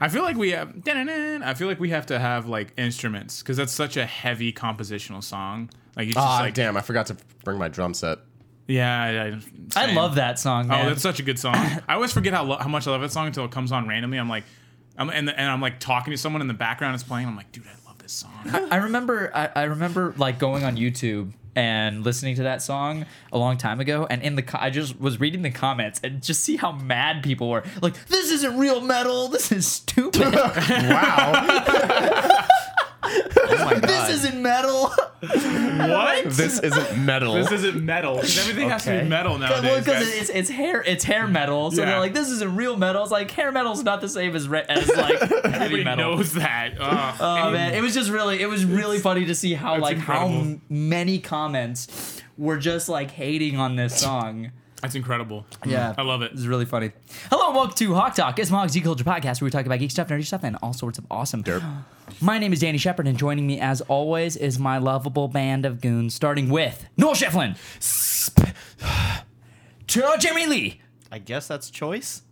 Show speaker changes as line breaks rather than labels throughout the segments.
I feel like we have. da-na-na, I feel like we have to have like instruments because that's such a heavy compositional song. Like it's just
Ah,
like
damn! I forgot to bring my drum set.
yeah. I, I-
I
same.
love that song.
Oh,
man.
that's such a good song. I always forget how lo- how much I love that song until it comes on randomly. I'm like, I'm and and I'm like talking to someone in the background is playing. I'm like, dude, I love this song.
I remember I, I remember like going on YouTube and listening to that song a long time ago and in the co- I just was reading the comments and just see how mad people were like this isn't real metal this is stupid
Wow,
Oh my god.
this isn't metal
Oh, what?
this isn't metal.
This isn't metal. 'Cause Everything has to
Okay.
be metal
because
nowadays. guys.
it's, it's hair it's hair metal so
Yeah.
they're like this isn't real metal it's like hair metal's not the same as re- as like heavy
Everybody
metal
knows that. Ugh.
Oh
And-
man, it was just really it was really funny to see how like how
incredible.
m- many comments were just like hating on this song.
that's incredible.
Yeah.
I love it.
This is really funny. Hello and welcome to Hawk Talk. It's Mog's Geek Culture Podcast where we talk about geek stuff, nerdy stuff, and all sorts of awesome. My name is Danny Shepard, and joining me as always is my lovable band of goons, starting with Noel Shefflin, Jeremy Lee,
I guess that's choice.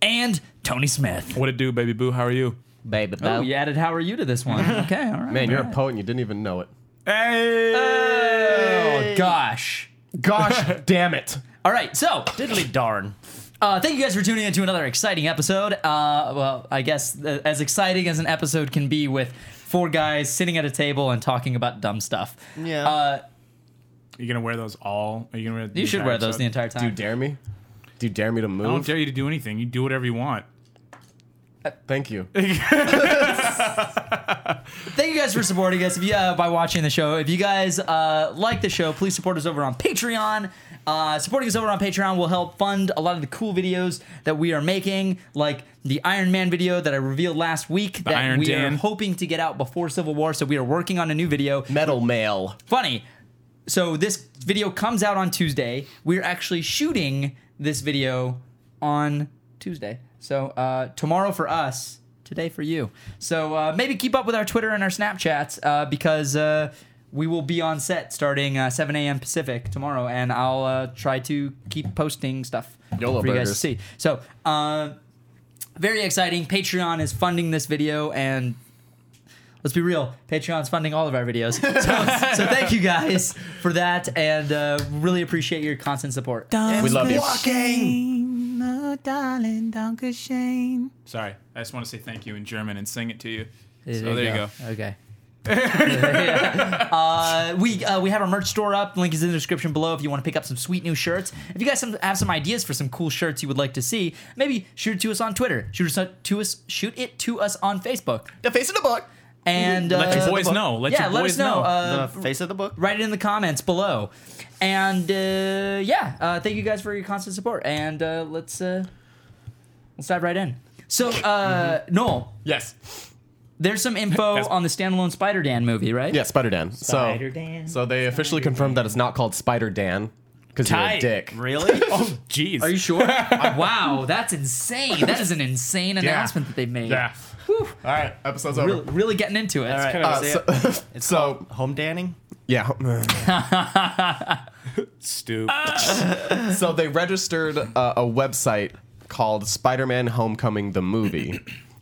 and Tony Smith.
What it do, baby boo? How are you?
Babe, but
Oh, you added how are you to this one? Okay, all right.
Man, you're a poet and you didn't even know it.
Oh gosh.
Gosh, damn it!
All right, so
diddly darn.
Uh, thank you guys for tuning in to another exciting episode. Uh, well, I guess uh, as exciting as an episode can be with four guys sitting at a table and talking about dumb stuff.
Yeah.
Uh,
You gonna wear those all? Are you gonna wear? the
you should
entire
wear those the
episode?
entire time.
Do you dare me? Do you dare me to
I don't
move?
dare you to do anything. You do whatever you want.
Thank you.
Thank you guys for supporting us if you, uh, by watching the show. If you guys uh, like the show, please support us over on Patreon. Uh, supporting us over on Patreon will help fund a lot of the cool videos that we are making, like the Iron Man video that I revealed last week that
Iron
we
Dan.
are hoping to get out before Civil War. So we are working on a new video.
Metal male.
funny. So this video comes out on Tuesday. We're actually shooting this video on Tuesday. So uh, tomorrow for us, today for you. So uh, maybe keep up with our Twitter and our Snapchats uh, because uh, we will be on set starting uh, 7 a.m. Pacific tomorrow, and I'll uh, try to keep posting stuff
YOLO
for you guys to see.
burgers.
So uh, very exciting. Patreon is funding this video and let's be real patreon's funding all of our videos so, so thank you guys for that and uh, really appreciate your constant support
We love you.
Sorry, I just want to say thank you in German and sing it to you. so Oh, there you go.
okay uh, we uh, we have our merch store up. Link is in the description below if you want to pick up some sweet new shirts. If you guys some, have some ideas for some cool shirts you would like to see, maybe shoot it to us on Twitter. Shoot us to us. Shoot it to us on Facebook.
The face of the book.
And uh,
Let your boys know. Let
yeah,
your boys
let us know. Uh,
the face of the book.
write it in the comments below. And uh, yeah, uh, thank you guys for your constant support. And uh, let's uh, let's dive right in. So, uh, Noel,
Mm-hmm. yes.
there's some info
That's-
on the standalone Spider Dan movie, right?
Yeah, Spider Dan. So,
Dan.
so they officially confirmed that it's not called Spider Dan because you're a
Tight.
dick.
Really?
Oh, jeez.
Are you sure? Uh, wow, that's insane. That is an insane announcement that they made.
Yeah.
All right, episode's over.
Really, really getting into it.
All right.
kinda
uh,
so-
so,
It's so
home danning.
yeah.
Stoop.
So they registered uh, a website called Spider-Man: Homecoming the movie.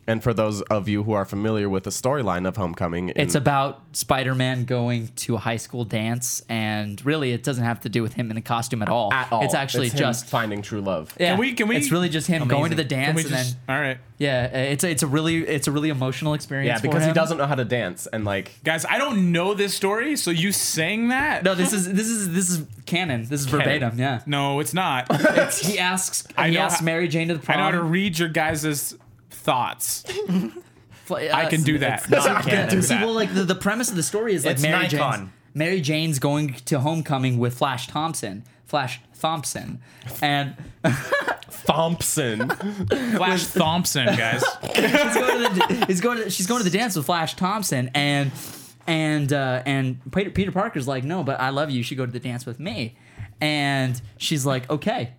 And for those of you who are familiar with the storyline of Homecoming, in-
It's about Spider Man going to a high school dance, and really, it doesn't have to do with him in a costume at all.
at all.
It's actually
him
just.
finding true love.
Yeah,
we- can we-
It's really just him going to the dance
Can we
and
just-
then
all right.
Yeah, uh, it's a, it's a really it's a really emotional experience.
Yeah,
for
because he
him.
doesn't know how to dance, and like
Guys, I don't know this story, so you sang that?
No, this is this is this is canon. This is verbatim. Yeah,
No, it's not.
he asks
I
he
know
asks
how-
Mary Jane to the
I
prom.
know how to read your guys' thoughts.
Fl-
I
uh,
can do that.
not
I can
canon.
do
See, well,
that.
like the, the premise of the story is like
It's
Mary
Nikon.
Jane's Mary Jane's going to homecoming with Flash Thompson, Flash Thompson, and
Thompson.
Flash Thompson, guys.
he's going to the, he's going to, she's going to the dance with Flash Thompson and and uh, and Peter, Peter Parker's like, no, but I love you. You should go to the dance with me. And she's like, okay.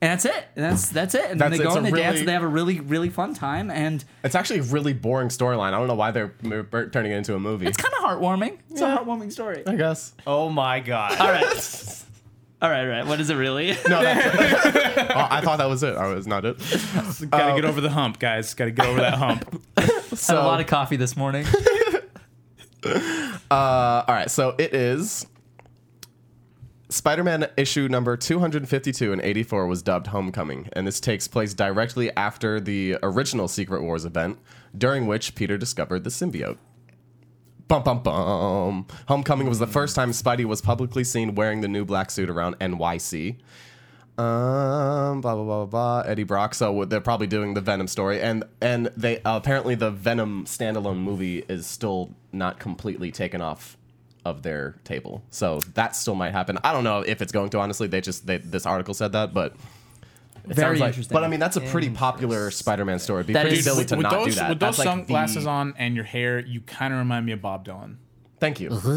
And that's it. And that's that's it. And then
That's-
they go
it's
on
a
the dance.
really-
And they have a really really fun time. And
it's actually a really boring storyline. I don't know why they're m- b- turning it into a movie.
it's kind of heartwarming. It's a heartwarming story.
I guess.
Oh my god.
All right. All right, all right. What is it really?
No, that's oh, I thought that was it. Oh, it's not it.
Oh.
Gotta get over the hump, guys. Gotta get over that hump.
So,
Had a lot of coffee this morning.
uh, all right, so it is. Spider Man issue number 252 and 84 was dubbed Homecoming, and this takes place directly after the original Secret Wars event, during which Peter discovered the symbiote. Bum bum bum. Homecoming was the first time Spidey was publicly seen wearing the new black suit around NYC. Um, blah blah blah blah. blah. Eddie Brock. So what- they're probably doing the Venom story, and and they apparently the Venom standalone movie is still not completely taken off of their table, so that still might happen. I don't know if it's going to. Honestly, they just they, this article said that, but
Very
it sounds like-
interesting.
But I mean, that's a pretty popular Spider-Man story. It'd be
That
pretty
is-
silly to
with
not
those,
do that.
With those
That's like the-
sunglasses on and your hair, you kind of remind me of Bob Dylan.
Thank you.
Uh-huh.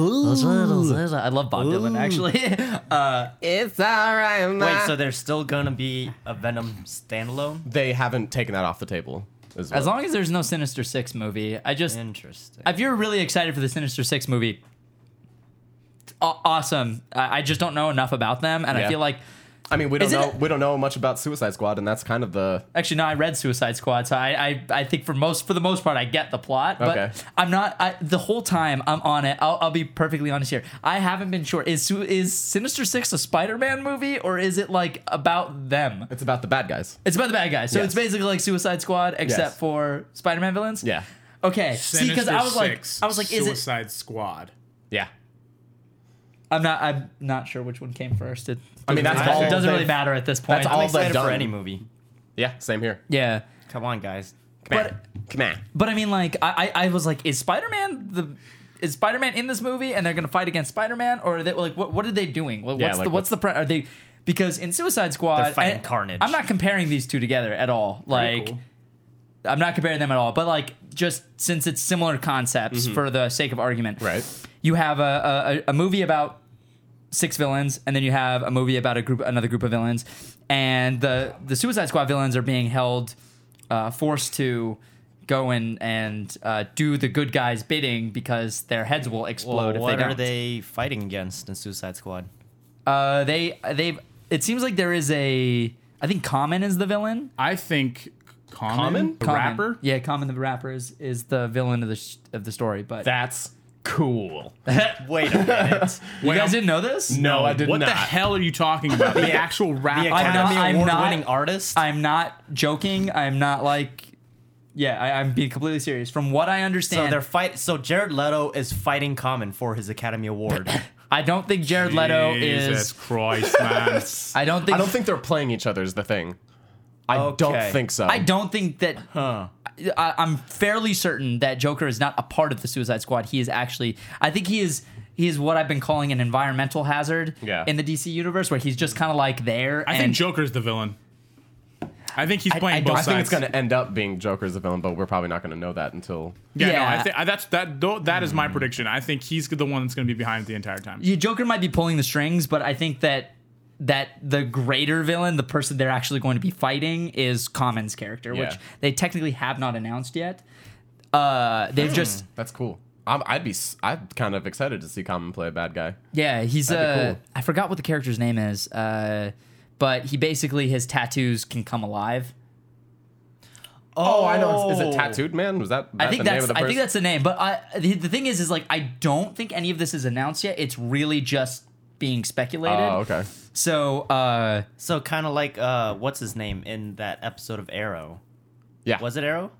I love Bob Dylan actually. Uh,
It's all right.
Wait, so there's still gonna be a Venom standalone?
they haven't taken that off the table. As, well.
as long as there's no Sinister Six movie, I just
Interesting.
if you're really excited for the Sinister Six movie, aw- awesome. I, I just don't know enough about them, and I
Yeah.
feel like
I mean, we don't
Isn't
know.
it-
we don't know much about Suicide Squad, and that's kind of the
actually no, I read Suicide Squad, so I I, I think for most for the most part I get the plot, but
Okay.
I'm not I, the whole time I'm on it. I'll, I'll be perfectly honest here. I haven't been sure is Su- is Sinister Six a Spider-Man movie or is it like about them?
it's about the bad guys.
It's about the bad guys, so
Yes.
it's basically like Suicide Squad except
Yes.
for Spider-Man villains.
Yeah.
Okay. See, because I was like, I was like, is it
Suicide Squad.
Yeah.
I'm not. I'm not sure which one came first. It,
I mean, that's
it
all
doesn't really
they've-
matter at this point.
that's all
I'm
they've
excited
done.
for any movie.
Yeah. Same here.
Yeah,
Come on, guys.
Come
But-
Come on.
but I mean, like, I, I, I was like, is Spider-Man the is Spider-Man in this movie, and they're gonna fight against Spider-Man, or are they, like, what what are they doing? What, what's
Yeah,
the
like,
what's, the pre- are they? Because in Suicide Squad,
They're fighting
and
Carnage.
I'm not comparing these two together at all. Like,
cool.
I'm not comparing them at all. But like, just since it's similar concepts for the sake of argument,
Mm-hmm. Right.
You have a a, a movie about six villains, and then you have a movie about a group, another group of villains, and the the Suicide Squad villains are being held, uh, forced to go in and uh, do the good guys' bidding because their heads will explode
what
if they
are
don't.
they fighting against in Suicide Squad?
Uh, they they've. It seems like there is a. I think Common is the villain.
I think Common,
Common?
the
Common.
rapper.
Yeah, Common the rapper is, is the villain of the sh- of the story. But
That's cool.
Wait a minute.
you
Wait,
guys
I'm-
didn't know this?
No, I did
what
not.
the hell are you talking about? The actual rapper.
I'm not-
Academy
I'm not-
Award-winning artist.
I'm not joking. I'm not like. Yeah, I, I'm being completely serious. From what I
so
understand,
they're fight. So Jared Leto is fighting Common for his Academy Award.
I don't think Jared Leto
Jesus
is.
Christ, man.
I don't think.
I don't think they're playing each other. Is the thing. I
Okay.
don't think so.
I don't think that.
huh.
I, I'm fairly certain that Joker is not a part of the Suicide Squad. He is actually. I think he is. He is what I've been calling an environmental hazard
Yeah.
in the DC universe, where he's just kind of like there.
I
and
think Joker's the villain. I think he's
I-
playing
I don't-
both
I think it's
sides.
going to end up being Joker's the villain, but we're probably not going to know that until.
yeah, no,
Yeah.
I think I- that's that. tho- That is my prediction. I think he's the one that's going to be behind the entire time.
yeah, Joker might be pulling the strings, but I think that that the greater villain, the person they're actually going to be fighting, is Common's character,
Yeah.
which they technically have not announced yet. Uh,
Hmm.
they've just
That's cool. I'm, I'd be. s- I'm kind of excited to see Common play a bad guy.
yeah, he's
That'd be
uh,
cool.
I forgot what the character's name is, uh, but he basically his tattoos can come alive.
Oh, I know. Is it Tattooed Man? Was that?
I think
the
that's
Name of the
I think
person?
that's the name. But I, the, the thing is, is like I don't think any of this is announced yet. It's really just being speculated.
Oh, okay.
So uh,
So kind of like uh, what's his name in that episode of Arrow?
Yeah.
Was it Arrow?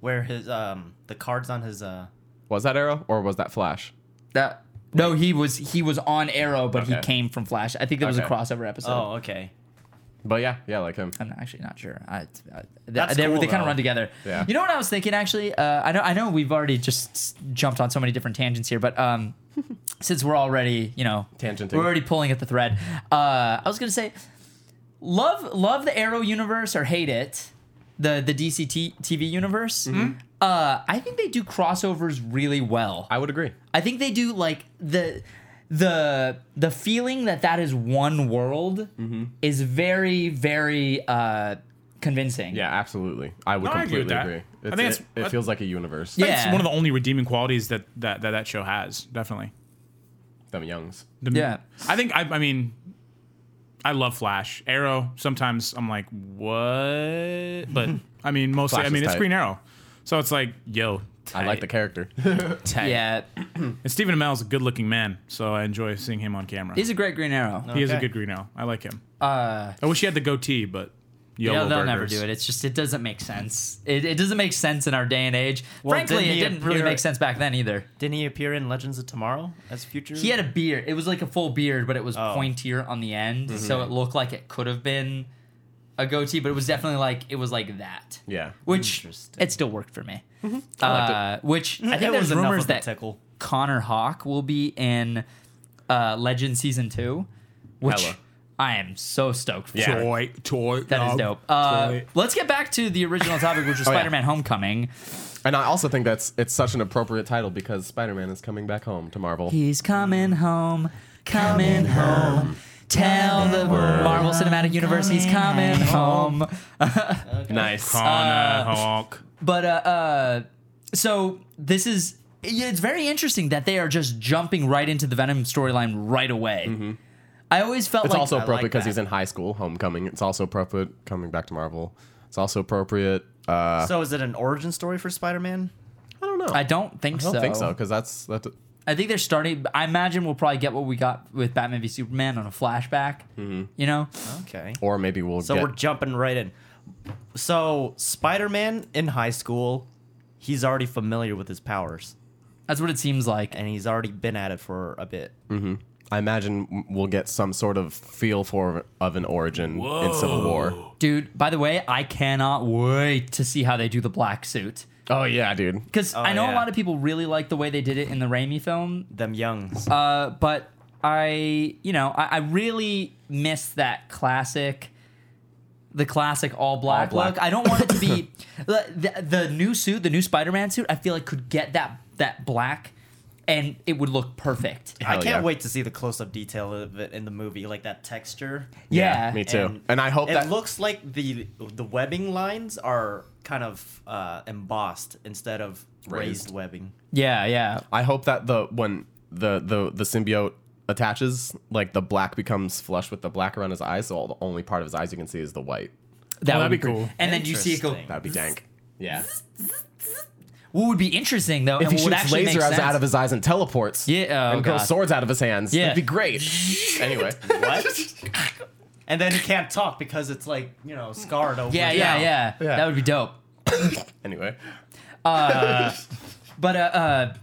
Where his um the cards on his uh
Was that Arrow or was that Flash?
that no, he was he was on Arrow, but he
Okay.
came from Flash. I think that was
Okay.
a crossover episode.
oh okay
But yeah, yeah, like him.
I'm actually not sure. I, I, they
That's
they,
cool,
kind of
though.
run together.
Yeah.
You know what I was thinking actually? Uh, I know I know we've already just s- jumped on so many different tangents here, but um, since we're already you know
Tangenting.
we're already pulling at the thread. Uh, I was gonna say, love love the Arrow universe or hate it, the the DC T- TV universe. Uh, I think they do crossovers really well.
I would agree.
I think they do like the the the feeling that that is one world is very very uh convincing.
Yeah, absolutely. I would
No, I agree with
completely
that.
agree.
I
It's,
think
it,
it's-
it
I-
feels like a universe.
Yeah.
It's one of the only redeeming qualities that that that, that show has. Definitely.
Them youngs.
The-
Yeah.
I think I. I mean, I love Flash. Arrow. Sometimes I'm like, what? But I mean, mostly.
Flash
I mean,
is
it's
tight.
Green Arrow, so it's like, yo.
I like the character.
Tight.
Yeah,
And Stephen Amell's a good-looking man, so I enjoy seeing him on camera.
he's a great Green Arrow.
he is a
Okay.
good Green Arrow. I like him.
Uh,
I wish he had the goatee, but
yeah,
YOLO
they'll never
burgers.
do it. It's just it doesn't make sense. It, it doesn't make sense in our day and age. Frankly,
didn't
it
he
didn't really
appear-
make sense back then either.
Didn't he appear in Legends of Tomorrow as Future?
He had a beard. It was like a full beard, but it was
Oh.
pointier on the end, so it looked like it could have been a goatee, but it was definitely like it was like that.
yeah.
Which
Interesting.
it still worked for me. Uh, which I think
It
there's
was enough
rumors
of a
that
tickle.
Connor Hawk will be in uh, Legend season two, which
Hella.
I am so stoked for.
Yeah.
Toy, toy.
That is dope. Uh, let's get back to the original topic, which was
Oh, yeah.
Spider-Man: Homecoming.
And I also think that's it's such an appropriate title because Spider-Man is coming back home to Marvel.
He's coming home, coming home. Tell the Marvel Cinematic Universe he's coming home.
nice.
Connor Hawk.
But uh, uh, so this is yeah, it's very interesting that they are just jumping right into the Venom storyline right away. I always felt
Mm-hmm. It's
like
also
I
appropriate
like
because
that.
he's in high school, homecoming. It's also appropriate coming back to Marvel. It's also appropriate. Uh, I
So is it an origin story for Spider-Man?
don't know.
I don't think
I don't
so.
think so because that's that.
I think they're starting. I imagine we'll probably get what we got with Batman v Superman on a flashback.
Mm-hmm.
You know,
Okay.
Or maybe we'll
So
get.
we're jumping right in. So Spider-Man in high school, he's already familiar with his powers,
that's what it seems like.
and he's already been at it for a bit.
I imagine we'll get some sort of feel for of an origin in Civil War.
Dude, by the way, I cannot wait to see how they do the black suit.
Oh yeah, dude.
Because I know a
yeah.
lot of people really like the way they did it in the Raimi film,
Them youngs.
uh, but I, you know, I, I really miss that classic, the classic all black,
black.
look. I don't want it to be the, the, the new suit, the new Spider-Man suit. I feel like could get that that black, and it would look perfect.
I
Hell
can't
yeah.
wait to see the close-up detail of it in the movie, like that texture.
Yeah,
me too. And, I hope
it
that
looks like the the webbing lines are kind of uh, embossed instead of raised,
Raised.
webbing.
yeah, yeah. Oh,
I hope that the when the the the symbiote attaches, like the black becomes flush with the black around his eyes, so all the only part of his eyes you can see is the white.
That
Oh,
would
that'd
be
be
pretty-
cool.
And then you see it go.
Interesting.
That'd be dank. Yeah.
What would be interesting though,
If
and
he
what would
shoots
actually make
laser eyes
sense-
out of his eyes and teleports,
Yeah, oh
and grows
God.
swords out of his hands,
Yeah.
that'd be great. anyway,
What? and then he can't talk because it's like you know scarred over.
Yeah,
his
yeah,
mouth.
yeah,
Yeah.
That would be dope.
anyway,
But uh, uh,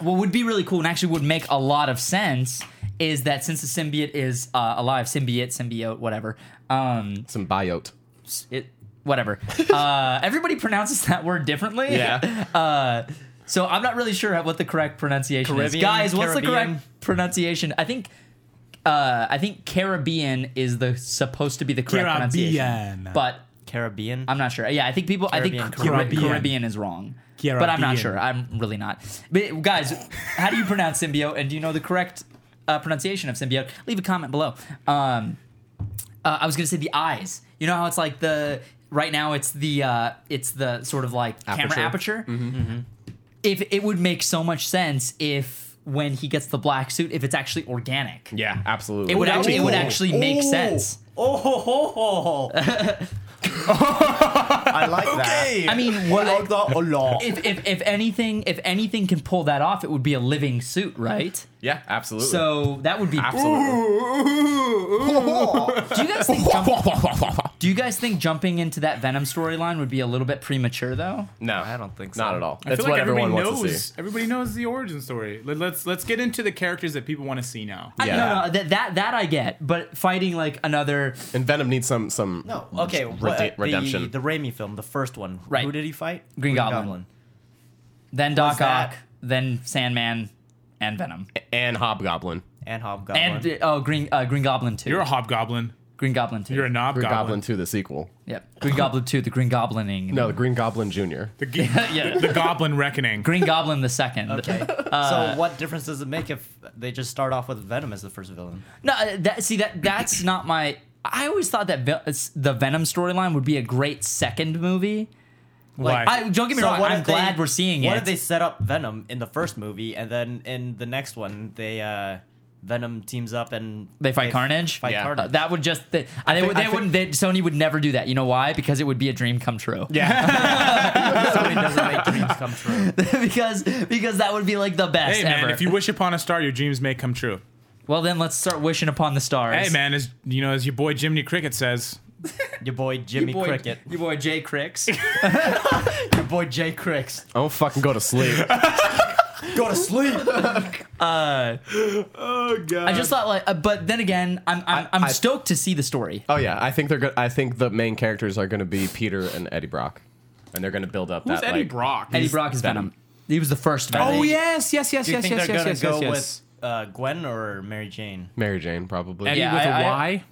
what would be really cool and actually would make a lot of sense is that since the symbiote is uh, alive, symbiote, symbiote, whatever, um,
symbiote.
it, whatever. Uh, everybody pronounces that word differently.
Yeah.
Uh, so I'm not really sure what the correct pronunciation is.
Caribbean,
Guys, what's the
Caribbean?
correct pronunciation? I think. Uh, I think Caribbean is the supposed to be the correct pronunciation,
Caribbean.
but
Caribbean.
I'm not sure. Yeah, I think people. I think
Caribbean,
Caribbean,
Caribbean.
Caribbean is wrong, but I'm not
Caribbean.
sure. I'm really not. But guys, how do you pronounce symbiote? And do you know the correct uh, pronunciation of symbiote? Leave a comment below. Um, uh, I was gonna say the eyes. You know how it's like the right now it's the uh, it's the sort of like
Aperture.
camera aperture. If it would make so much sense if when he gets the black suit, if it's actually organic,
Yeah, absolutely.
it would
That would
actually
be
it would
cool.
actually make sense.
Oh ho ho ho! I like that.
I mean, what
like that a lot.
if, if if anything if anything can pull that off, it would be a living suit, right?
yeah, absolutely.
So that would be.
absolutely.
Do you guys think? jump- do you guys think jumping into that Venom storyline would be a little bit premature though?
No,
I don't think
Not
so.
at all.
I
That's
feel like
what everyone
everybody
wants to see.
knows. Everybody knows the origin story. Let, let's let's get into the characters that people want to see now.
I-
Yeah.
no, no, that, that that I get, but fighting like another
And Venom needs some some.
No. Okay.
Rede-
what- uh,
redemption.
The, the Raimi film, the first one.
Right.
Who did he fight?
Green Goblin. then Doc
that?
Ock, then Sandman, and Venom,
and Hobgoblin.
and Hobgoblin.
and uh, oh Green uh, Green Goblin too.
You're a hobgoblin.
Green Goblin too.
You're a knob
Green Goblin.
goblin.
to the sequel.
yep. Green Goblin two. The Green Goblining.
No, the Green Goblin Junior.
The, g- the goblin reckoning.
Green Goblin the second.
okay. so what difference does it make if they just start off with Venom as the first villain?
No, uh, that see that that's not my. I always thought that Ve- it's- the Venom storyline would be a great second movie
Why?
I, don't get me
So
wrong.
what
I'm
if they-
glad we're seeing
What
it.
if they set up Venom in the first movie, and then in the next one, they uh, Venom teams up and
They fight Carnage.
Fight
Yeah.
Carnage.
Uh, that would just they, I, they,
think-
they
I
wouldn't. They, Sony would never do that. You know why? Because it would be a dream come true.
yeah.
Sony doesn't make dreams come true.
because because that would be like the best
hey man,
ever.
if you wish upon a star, your dreams may come true.
well, then let's start wishing upon the stars.
Hey man, as you know, as your boy Jiminy Cricket says,
Your boy Jimmy
Your boy,
Cricket.
Your boy Jay Cricks.
Your boy Jay Cricks.
I won't fucking go to sleep.
Go to sleep.
"Oh god."
I just thought like, uh, but then again, I'm I'm, I'm
I-
stoked to see the story.
oh yeah, I think they're good. I think the main characters are going to be Peter and Eddie Brock, and they're going to build up
Who's
that
Eddie
like
Brock?
Eddie Brock is Venom.
Venom.
He was the first Venom.
oh yes, yes, yes,
Do you
yes,
think
yes,
they're
yes,
gonna
yes,
go
yes, yes.
with uh, Gwen or Mary Jane?
Mary Jane probably.
Eddie
Yeah,
with
I-
a
I-
Y.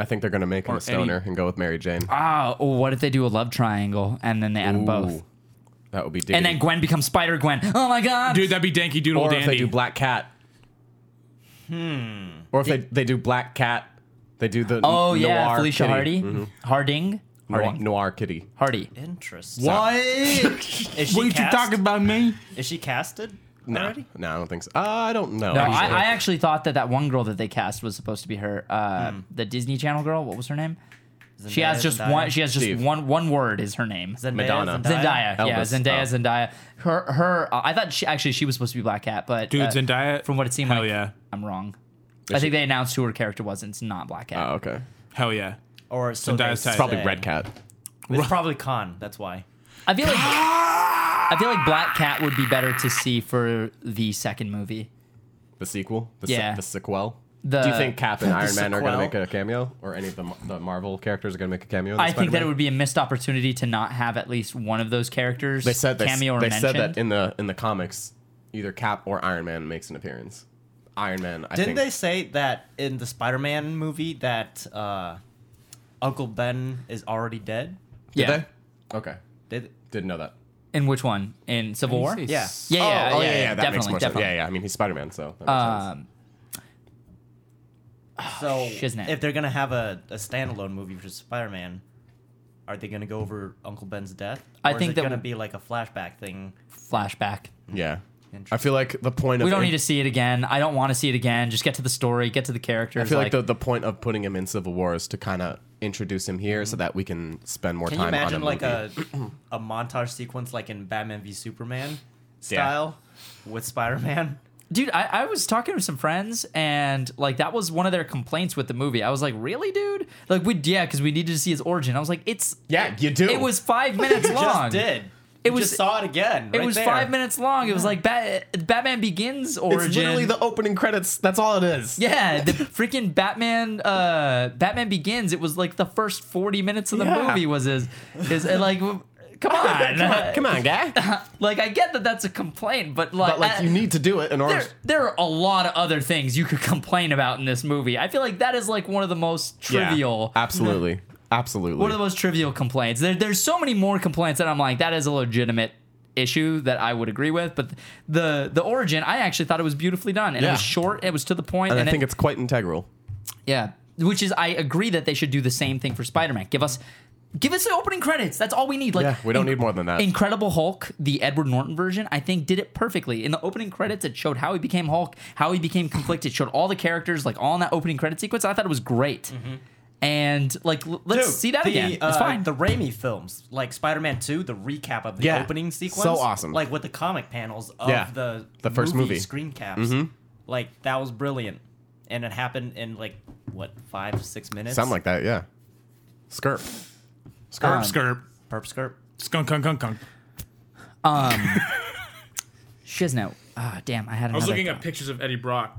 I think they're going to make him
Or
a stoner and go with Mary Jane.
Ah, oh, what if they do a love triangle and then they add them both?
Ooh. that would be diggity.
And then Gwen becomes Spider Gwen. Oh my god!
Dude, that'd be Danky Doodle
or
Dandy.
if they do uh, Black Cat. Hmm. Or if they they do Black Cat, they do the
oh
n-
yeah,
noir
Felicia
kitty.
Hardy, Harding,
Noir,
Harding,
noir kitty.
Hardy.
Interesting.
What?
Is she
what are you
cast?
talking about me?
Is she casted?
No,
Already?
no, I don't think so. Uh, I don't know.
No, I,
actually.
I actually thought that that one girl that they cast was supposed to be her, uh,
Hmm.
the Disney Channel girl. What was her name? She has
Zendaya,
just
Zendaya?
one. She has just
Steve.
one. One word is her name.
Zendaya,
Madonna.
Zendaya. Yeah,
Elvis.
Zendaya.
Oh.
Zendaya. Her. Her. Uh, I thought she actually she was supposed to be Black Cat, but
Dude,
uh,
Zendaya.
From what it seemed
hell
like,
yeah,
I'm wrong. I think they announced who her character was, and it's not Black Cat.
Oh, okay.
hell yeah.
Or so they
Zendaya's tight.
say.
It's
Probably Red Cat.
It's probably Khan. That's why.
I feel like I feel like Black Cat would be better to see for the second movie.
The sequel. The
Yeah.
Se- the sequel.
The-
Do you think Cap and Iron Man are going
sequel.
to make a cameo, or any of the, the Marvel characters are going to make a cameo? in
I think that it
Spider-Man?
would be a missed opportunity to not have at least one of those characters
They said they,
cameo or
they
mentioned.
said that in the in the comics, either Cap or Iron Man makes an appearance. Iron Man. I
Didn't they
think,
say that in the Spider-Man movie that uh, Uncle Ben is already dead?
yeah.
Did they? Okay.
Did
Didn't know that.
In which one? In Civil War? Yeah,
yeah.
yeah, yeah,
oh,
yeah,
yeah, That makes
definitely,
more
definitely.
sense. Yeah, yeah. I mean, he's Spider Man, so. That makes sense.
Um,
So
shiznit.
if they're gonna have a, a standalone movie for Spider-Man, are they gonna go over Uncle Ben's death?
I
Or
think
is it
that
gonna
w-
be like a flashback thing.
flashback.
Yeah. I
Interesting.
feel like the point of
We don't need to see it again. I don't want to see it again. Just get to the story, get to the characters.
I feel like, the, the point of putting him in Civil War is to kind of introduce him here so that we can spend more
Can you
time
imagine
on a
like
movie.
a a montage sequence like in Batman v Superman style with Spider-Man?
dude, I, I was talking to some friends and like that was one of their complaints with the movie. I was like, really, dude? Like we yeah, because we needed to see his origin. I was like, it's
yeah, you do.
it was five minutes
You
long.
just did.
It
You
was-
just saw it again.
It
right
was
there.
five minutes long. It was like Bat- Batman Begins origin.
It's literally the opening credits. That's all it is.
Yeah, the freaking Batman uh Batman Begins, it was like the first 40 minutes of the
Yeah.
movie was his his and like w- come on.
come on, come on, guy.
Like I get that that's a complaint, but like,
But like,
I-
you need to do it in order.
there, there are a lot of other things you could complain about in this movie. I feel like that is like one of the most
Yeah,
trivial
absolutely, absolutely.
one of the most trivial complaints. There, there's so many more complaints that I'm like, that is a legitimate issue that I would agree with. But the the origin, I actually thought it was beautifully done, and it
Yeah.
was short, it was to the point,
and I
it-
think it's quite integral.
yeah, which is I agree that they should do the same thing for Spider-Man. Give us. Give us the opening credits. That's all we need. Like
Yeah, we don't need more than that.
Incredible Hulk, the Edward Norton version, I think did it perfectly. In the opening credits, it showed how he became Hulk, how he became conflicted, showed all the characters, like all in that opening credit sequence. I thought it was great. And like, l- let's
Dude,
see that
the,
again.
uh,
it's fine.
The Raimi films, like Spider-Man 2, the recap of the
Yeah.
opening sequence,
So awesome.
Like with the comic panels of
Yeah.
the
The first movie.
screen caps. Like that was brilliant, and it happened in like what five six minutes.
Something like that, yeah. Skirp.
Skirp, skirp,
perp skirt.
skunk, kunk, kunk, kunk.
Shizno. Ah, damn. I had.
I was looking at pictures of Eddie Brock.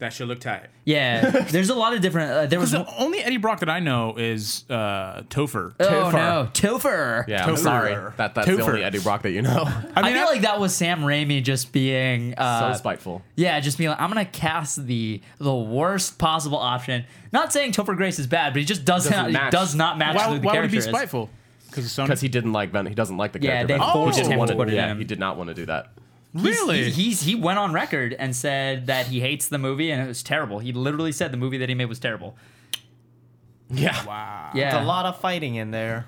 That should look tight.
Yeah, there's a lot of different. Uh, there was.
The
one-
only Eddie Brock that I know is uh, Topher.
oh
Topher.
no, Topher.
Yeah, I'm
Topher.
sorry. That, that's the
Topher.
only Eddie Brock that you know.
I,
mean,
feel
I-
like that was Sam Raimi just being uh,
so spiteful.
Yeah, just being like, I'm gonna cast the the worst possible option. Not saying Topher Grace is bad, but he just does not
Doesn't match.
does not match
why,
who the
why would
character
he be
is.
spiteful? Because he's so
Because he didn't like Venom. He doesn't like the
Yeah,
character.
they
Venom.
forced
he didn't
him
want
to
put it
to. Yeah,
in.
he did not want to do that.
really.
He, he's he went on record and said that he hates the movie and it was terrible. He literally said the movie that he made was terrible.
Yeah.
wow.
Yeah,
It's a lot of fighting in there.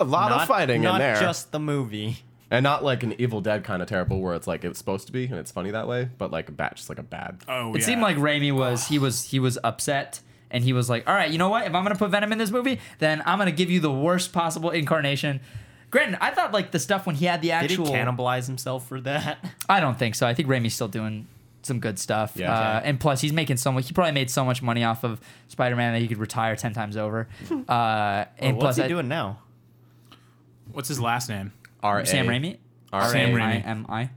a lot
not,
of fighting
not
in there,
just the movie.
and not like an Evil Dead kind of terrible where it's like it's supposed to be and it's funny that way, but like a bat, just like a bad.
Oh,
It
yeah.
seemed like Raimi was he was he was upset and he was like, "All right, you know what? If I'm going to put Venom in this movie, then I'm going to give you the worst possible incarnation." Granted, I thought like the stuff when he had the
Did he
actual
cannibalize himself for that?
I don't think so. I think Raimi's still doing some good stuff.
Yeah.
Uh,
Okay.
and plus he's making so much he probably made so much money off of Spider-Man that he could retire 10 times over. Uh and
What's
plus
he
I-
doing now?
What's his last name?
R.A..
Sam Raimi?
R.A..
Sam Raimi.
R-A-I-M-I.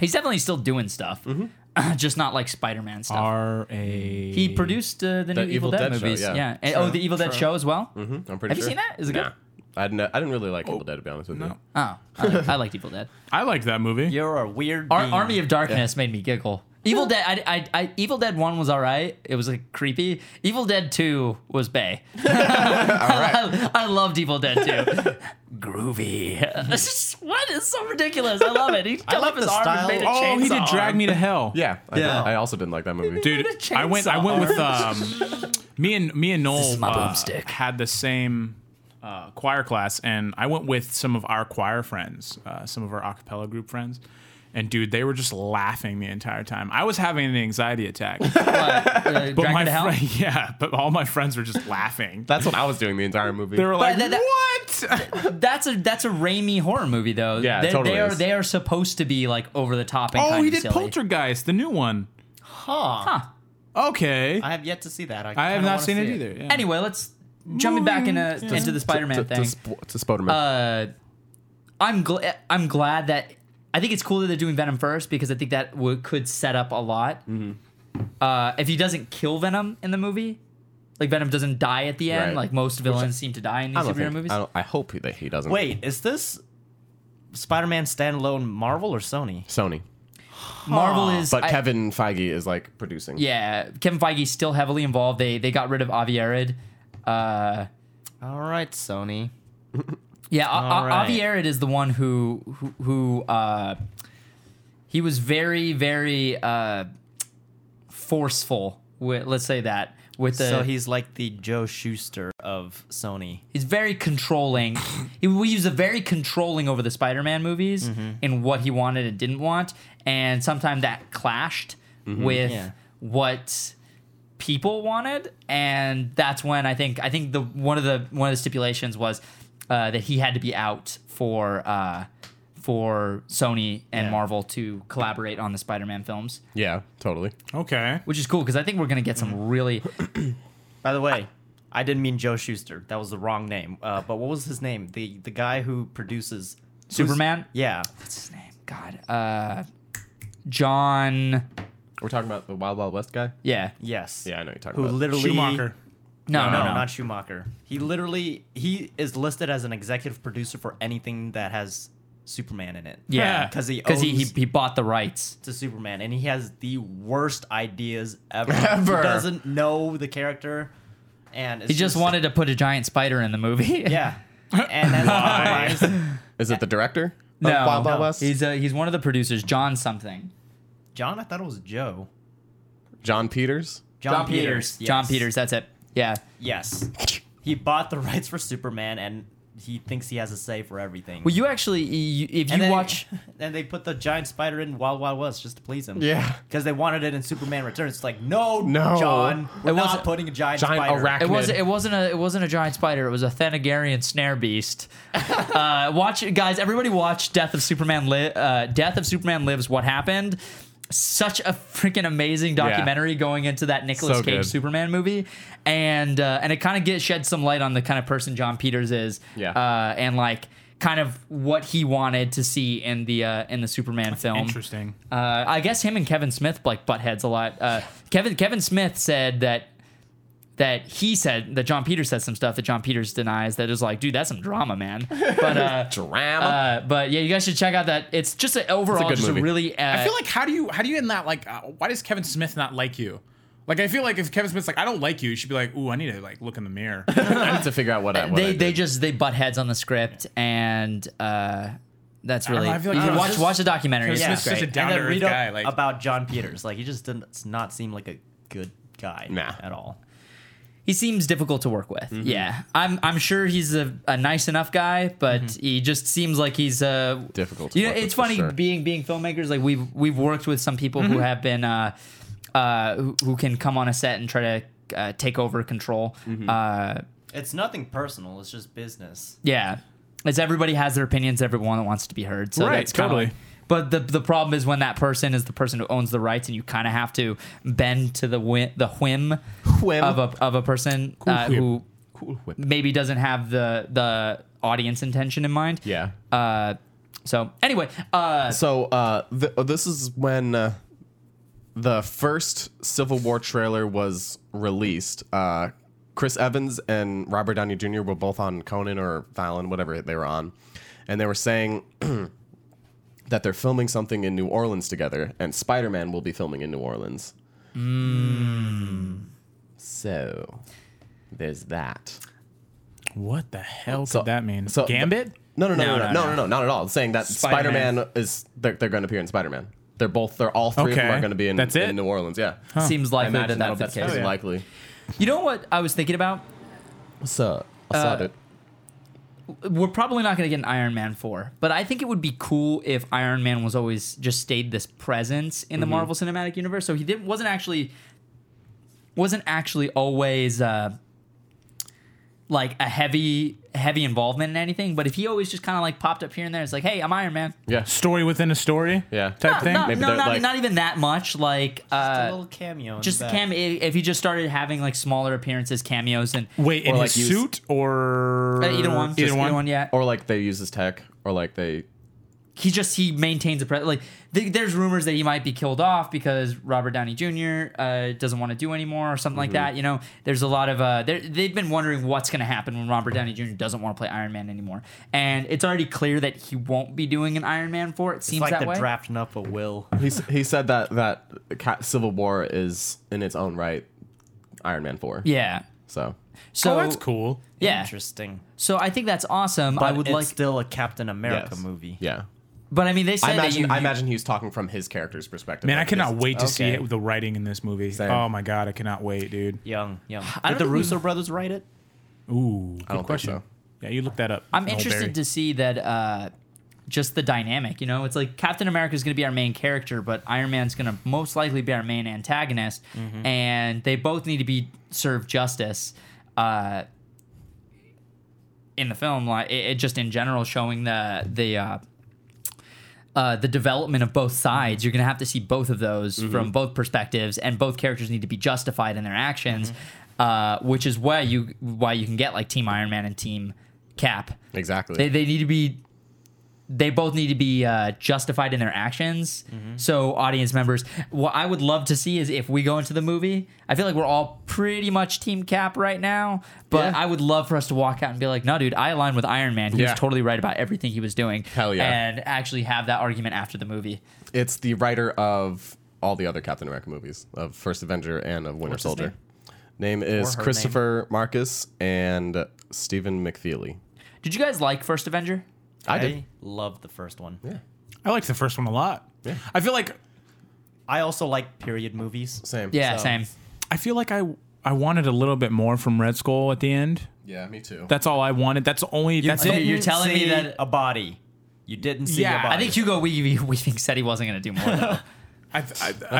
He's definitely still doing stuff. Just not like Spider-Man stuff.
R A.
He produced uh, the, new Evil, Dead,
show,
movies.
yeah.
yeah. And- oh,
True,
the Evil Dead
true.
show as well.
Mhm, I'm pretty
Have you
sure.
seen that? Is it good?
Nah. I didn't, I didn't really like Evil Dead to be honest with you.
No.
Oh, I, like- I liked Evil Dead.
I liked that movie.
You're a weird
Ar-
being.
Army of Darkness made me giggle. Evil Dead, I, I, I, Evil Dead One was all right. It was like creepy. Evil Dead Two was bay. I, I loved Evil Dead Two. Groovy. what is so ridiculous? I love it. He cut
like
off his
the
arm
style.
and made a
Oh, he
chainsaw
did Drag
arm.
Me to Hell.
Yeah, I,
Yeah.
I also didn't like that movie.
dude.
With a
I went. I went with um, me and me and Noel
is my
uh,
boomstick.
had the same uh, choir class, and I went with some of our choir friends, uh, some of our acapella group friends, and dude, they were just laughing the entire time. I was having an anxiety attack, but
What, uh, Drag Me
my
to Hell?
friend, yeah, but all my friends were just laughing.
That's what I was doing the entire movie.
They were like,
that- that-
"What?"
That's a that's a Raimi horror movie though.
Yeah, it
they,
totally
they are
is.
they are supposed to be like over the top and
oh,
kind
he
of
did
silly.
Poltergeist, the new one.
Huh.
Huh.
Okay, I,
I have yet to see that. I,
have
kinda
not
wanna
seen
see
it, either. yeah.
Anyway, let's jumping back into
Yeah.
into the Spider-Man
to, to,
thing.
sp- to Spider-Man.
uh, I'm glad. I'm glad that I think it's cool that they're doing Venom first because I think that w- could set up a lot.
Mm-hmm.
Uh, if he doesn't kill Venom in the movie, like Venom doesn't die at the end,
Right.
like most villains seem to die in these
I don't
superhero
think,
movies.
I, don't, I hope that he doesn't.
Wait, is this Spider-Man standalone Marvel or Sony?
Sony.
Marvel is,
But
I-
Kevin Feige is like producing.
yeah, Kevin Feige's still heavily involved. They they got rid of Avi Arad. Uh,
All right, Sony.
Yeah,
All
A- A-
right.
Avi Arad is the one who who, who uh, he was very very uh, forceful. With, let's say that with the
so he's like the Joe Schuster of Sony.
he's very controlling. he, we use a very controlling over the Spider-Man movies
Mm-hmm.
and what he wanted and didn't want, and sometimes that clashed with
Mm-hmm. Yeah.
what people wanted, and that's when I think I think the one of the one of the stipulations was uh, that he had to be out for uh, for Sony and
Yeah.
Marvel to collaborate on the Spider-Man films,
Yeah, totally.
okay.
which is cool because I think we're gonna get
Mm-hmm.
some really
By the way, I didn't mean Joe Schuster. That was the wrong name. Uh, but what was his name? The the guy who produces who's-
Superman?
Yeah.
what's his name? God, uh, John.
We're talking about the Wild Wild West guy.
Yeah.
Yes.
Yeah, I know you're talking
Who
about.
literally
Schumacher.
No,
No,
no, no.
not Schumacher. He literally he is listed as an executive producer for anything that has Superman in it.
Yeah,
because he
because he, he
owns-
he bought the rights.
to Superman, and he has the worst ideas ever.
Ever.
He doesn't know the character, and it's
He just wanted to put a giant spider in the movie.
yeah. And that's why
Is it the director?
no,
Of Wild Wild
no.
West.
he's uh he's one of the producers, John something.
John. I thought it was Joe.
John Peters.
yes.
John Peters. That's it. Yeah,
Yes, he bought the rights for Superman, and he thinks he has a say for everything.
Well, you actually, you, if you
and then-
watch,
and they put the giant spider in Wild Wild West just to please him.
Yeah.
because they wanted it in Superman Returns. It's like, no,
No.
John, we're
It
not
wasn't-
putting a giant,
Giant
spider.
arach-
it wasn't it wasn't a it wasn't a giant spider. It was a Thanagarian snare beast. uh, watch, guys, everybody, watch Death of Superman. Li- uh, Death of Superman lives. What happened? Such a freaking amazing documentary going into that Nicolas
So
Cage
good.
Superman movie, and uh, and it kind of get shed some light on the kind of person John Peters is,
Yeah.
uh, and like kind of what he wanted to see in the uh, in the Superman film.
Interesting.
Uh, I guess him and Kevin Smith like butt heads a lot. Uh, Kevin Kevin Smith said that that he said that John Peters said some stuff that John Peters denies that is like, dude, that's some drama, man. But uh,
Drama.
uh, but yeah, you guys should check out that. It's just a, overall
good
just
movie.
a really. Uh,
I feel like how do you how do you in that like uh, why does Kevin Smith not like you? Like I feel like if Kevin Smith's like I don't like you, you should be like, ooh, I need to like look in the mirror.
I need to figure out what I. What I
Uh, they
did.
they just they butt heads on the script and. Uh, that's
don't
really.
know, I feel like
you
Kevin
watch
Smith-
watch the documentary.
Kevin
It's
Smith's
great.
just a
and then
down-to-earth
read up
guy, like-
about John Peters. Like he just does not seem like a good guy
Nah.
at all.
he seems difficult to work with.
Mm-hmm.
Yeah, I'm I'm sure he's a, a nice enough guy, but he just seems like he's uh,
Mm-hmm. Difficult to
You know,
work with,
it's
for
funny
sure. Mm-hmm.
being being filmmakers. Like we've we've worked with some people who have been uh, uh, who, who can come on a set and try to uh, take over control.
Mm-hmm.
Uh,
It's nothing personal. It's just business.
yeah, it's everybody has their opinions. Everyone that wants to be heard. So
Right,
that's kinda
totally.
like- but the the problem is when that person is the person who owns the rights, and you kind of have to bend to the whim, the whim,
Whim.
of a of a person uh,
whip.
who
Cool whip.
maybe doesn't have the the audience intention in mind.
Yeah.
Uh, so anyway, uh,
So uh, th- this is when uh, the first Civil War trailer was released. Uh, Chris Evans and Robert Downey Jr. were both on Conan or Fallon, whatever they were on, and they were saying that they're filming something in New Orleans together, and Spider-Man will be filming in New Orleans. So there's that.
What the hell
So-
could that mean?
so-
Gambit?
No, no, no, no, no, no, no, no, not at all. Saying that Spider
Spider-Man.
Man is they're, they're going to appear in Spider Man. They're both they're all three of them
Okay.
are going to be in,
That's it?
in New Orleans. Yeah,
seems
I
likely
imagine
that
that'll
that's
that's
the case. Oh,
pretty
yeah.
likely.
You know what I was thinking about?
What's up? What's up,
Uh,
dude?
We're probably not going to get an Iron Man 4, but I think it would be cool if Iron Man was always just stayed this presence in
Mm-hmm.
the Marvel Cinematic Universe. So he didn't wasn't actually wasn't actually always uh like a heavy heavy involvement in anything, but if he always just kind of like popped up here and there, it's like, "Hey, I'm Iron Man."
Yeah,
Story within a story?
yeah.
Type thing?
Not,
Maybe
no,
they're
not,
like-
not even that much. Like
Just a
uh,
little cameo. in
just
the
a
back.
cam. If he just started having like smaller appearances, cameos, and
Wait, in
Or
his
like use-
suit or. Oh,
Uh, either one,
Either
Just
one?
yeah.
Or like they use his tech, or like they
he just he maintains a pre- like th- there's rumors that he might be killed off because Robert Downey Jr. Uh, doesn't want to do anymore or something like that. You know, there's a lot of uh, there- they've been wondering what's going to happen when Robert Downey Jr. doesn't want to play Iron Man anymore, and it's already clear that he won't be doing an Iron Man four. It
It's
seems
like
that
they're
way.
drafting up a will.
he s- he said that that Ca- Civil War is in its own right Iron Man four.
Yeah.
So
So
oh, that's cool.
Yeah.
Interesting.
So I think that's awesome. I
But
would
it's
like,
still a Captain America
yes.
movie.
Yeah.
but I mean, they said
I
that you,
imagine I imagine he was talking from his character's perspective.
Man, I
like this.
cannot wait to see
okay.
it, the writing in this movie.
Same.
Oh my god, I cannot wait, dude.
Young, young.
I
Did
don't
the
think
Russo brothers write it?
Ooh, good
don't think
question.
so.
Yeah, you look that up.
I'm
Noel
interested
Berry.
to see that uh, just the dynamic. You know, it's like Captain America is going to be our main character, but Iron Man's going to most likely be our main antagonist, and they both need to be served justice. Uh, in the film, like it, it just in general, showing the the uh, uh, the development of both sides. You're going to have to see both of those from both perspectives, and both characters need to be justified in their actions, uh, which is why you why you can get like Team Iron Man and Team Cap.
Exactly.
They, they need to be they both need to be uh, justified in their actions.
Mm-hmm.
So audience members, what I would love to see is if we go into the movie, I feel like we're all pretty much team cap right now, but
Yeah.
I would love for us to walk out and be like, "No dude, I align with Iron Man. He
Yeah.
was totally right about everything he was doing."
Hell yeah.
And actually have that argument after the movie.
It's the writer of all the other Captain America movies, of First Avenger and of Winter
What's his
Soldier. Name, is
her
Christopher Marcus and Stephen McFeely.
Did you guys like First Avenger?
I did.
love the first one.
Yeah,
I liked the first one a lot.
Yeah.
I feel like
I also like period movies.
same.
Yeah,
So-
same.
I feel like I I wanted a little bit more from Red Skull at the end.
yeah, me too.
That's all I wanted. That's only that's
did-
the,
You're telling me
see
that-
a body. You didn't see
Yeah,
a
I
body.
I think Hugo Weaving, Weaving said he wasn't going to do more. though.
I, I, I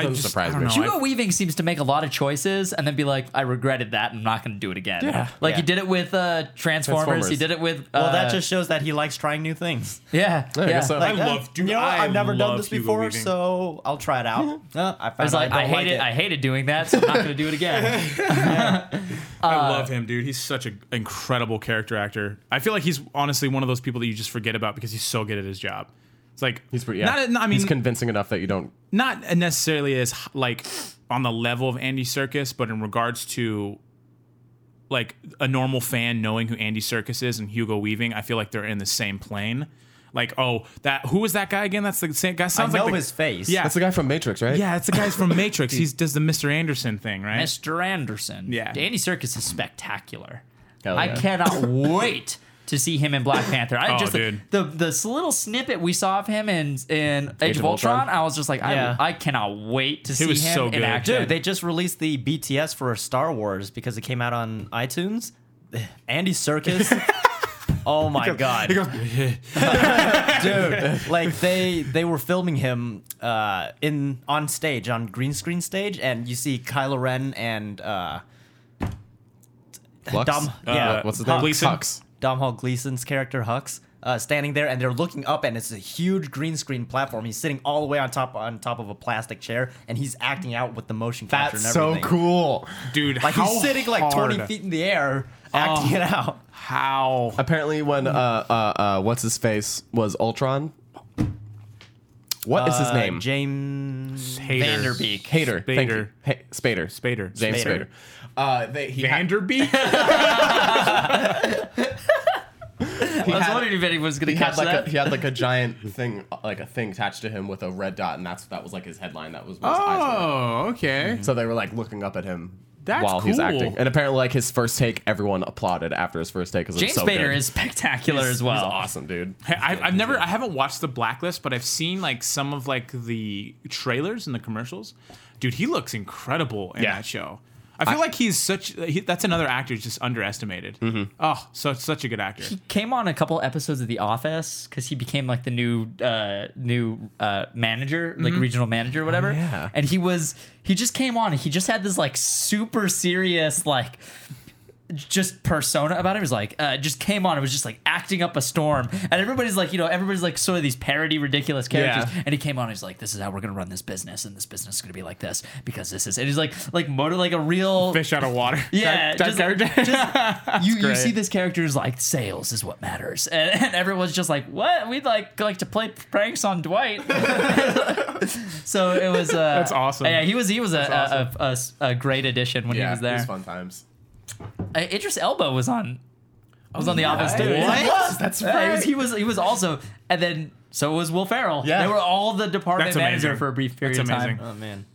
doesn't
just,
surprise
I don't
me.
know.
Hugo
I-
Weaving seems to make a lot of choices and then be like, I regretted that and I'm not going to do it again.
Yeah.
Like he
Yeah.
did it with uh, Transformers.
Transformers.
He did it with. Uh,
Well, that just shows that he likes trying new things.
Yeah.
I
yeah.
guess so.
I
Like,
love- dude,
you know,
I
have never done
love
this
Hugo
before,
Weaving.
so I'll try it out. Uh, I found
I was like,
out
I,
don't
hated, I hated doing that, so I'm not going to do it again.
I love him, dude. He's such an incredible character actor. I feel like he's honestly one of those people that you just forget about because he's so good at his job. It's like
He's pretty. Yeah.
Not, not I mean,
he's convincing enough that you don't.
not necessarily as h- like on the level of Andy Circus, but in regards to like a normal fan knowing who Andy Circus is and Hugo Weaving, I feel like they're in the same plane. Like, oh, that who was that guy again? That's the same guy.
I
Sounds
know
like the-
his face.
Yeah,
That's the guy from Matrix, right?
yeah, it's the guy from Matrix. He does the Mr. Anderson thing, right?
Mr. Anderson.
Yeah.
Danny Circus is spectacular.
Hell
I
yeah.
cannot wait to see him in Black Panther. I
Oh,
just
dude.
the the s- little snippet we saw of him in in Age, of
of
Ultron,
Ultron.
I was just like, I,
Yeah.
I cannot wait to see
was
him
so
in
good.
action.
Dude, they just released the BTS for Star Wars because it came out on iTunes. Andy Circus. oh my god. Dude, like they they were filming him uh in on stage on green screen stage and you see Kylo Ren and uh
Flux?
Dom yeah,
What's his name?
Uh, Gleason?
Hux.
Dom Hall Gleason's character Hux uh, standing there, and they're looking up, and it's a huge green screen platform. He's sitting all the way on top on top of a plastic chair, and he's acting out with the motion capture.
That's
and
so
everything.
cool.
dude.
Like
how
he's sitting like twenty
hard-
feet in the air, acting it out.
How
Apparently, when uh, uh, uh, what's his face was Ultron. What is his
Uh,
name?
James
Hader.
Vanderbeek.
Hater. Thank
Spader.
you. Hey, Spader.
Spader.
James Spader.
Spader.
Uh, they, he had-
Vanderbeek.
he
I was
had-
wondering if anyone was going to
he
catch
had like
that.
a he had like a giant thing like a thing attached to him with a red dot, and that's that was like his headline. That was what his eyes were. Mm-hmm.
Oh, okay.
So they were like looking up at him
That's
while he's
cool.
acting, and apparently like his first take, everyone applauded after his first take because
James
so
Spader
good.
is spectacular as well.
He's awesome, dude.
Hey, I, I've never, I haven't watched The Blacklist, but I've seen like some of like the trailers and the commercials. Dude, he looks incredible in
Yeah.
that show. I feel like he's such. He, that's another actor who's just underestimated. Oh, such such a good actor.
Mm-hmm. He came on a couple episodes of The Office because he became like the new uh, new uh, manager,
Mm-hmm.
like regional manager, or
Oh,
whatever.
yeah.
And he was he just came on and he just had this like super serious like just persona about it. It was like uh, just came on. It was just like acting up a storm, and everybody's like you know everybody's like sort of these parody ridiculous characters.
Yeah.
And he came on. He's like, this is how we're gonna run this business, and this business is gonna be like this because this is. And he's like like motor like a real
Fish out of water.
yeah,
That- that
just-
character.
just- you, you
great.
see this character is like sales is what matters, and, and everyone's just like, "What? We'd like like to play pranks on Dwight." so it was. Uh, That's
awesome.
Yeah, he was he was a, a- a, a, a great addition when he
Yeah,
was there.
it was fun times.
Uh, Idris Elba was on was
Oh,
on the office too.
What?
What?
That's
Yeah, he, was, he was
right.
he was also, and then so was Will Ferrell.
Yeah.
they were all the department
That's
manager
amazing.
for a brief period
That's
of time.
amazing.
Oh man,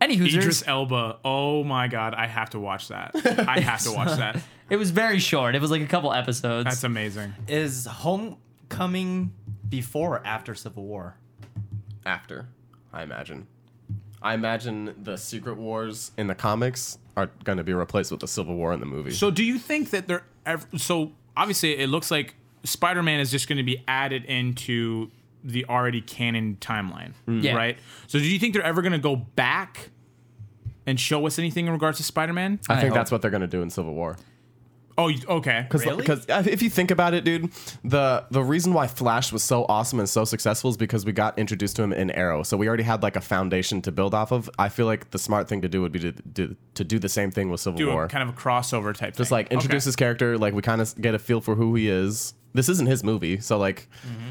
Any Hoosiers.
Idris Elba. Oh my god, I have to watch that. I have to watch that.
It was very short. It was like a couple episodes.
That's amazing.
is Homecoming before or after Civil War?
After, I imagine. I imagine the Secret Wars in the comics are going to be replaced with the Civil War in the movie.
So, do you think that they're ev- so obviously it looks like Spider Man is just going to be added into the already canon timeline,
Mm. Yeah.
right? So, do you think they're ever going to go back and show us anything in regards to Spider Man?
I, think
hope.
that's what they're going to do in Civil War.
Oh, you- okay.
Really?
Because if you think about it, dude, the the reason why Flash was so awesome and so successful is because we got introduced to him in Arrow. So we already had like a foundation to build off of. I feel like the smart thing to do would be to do, to do the same thing with Civil
Do
War.
a kind of a crossover type.
Just like introduce his character, like we kind of get a feel for who he is. This isn't his movie, so like
Mm-hmm.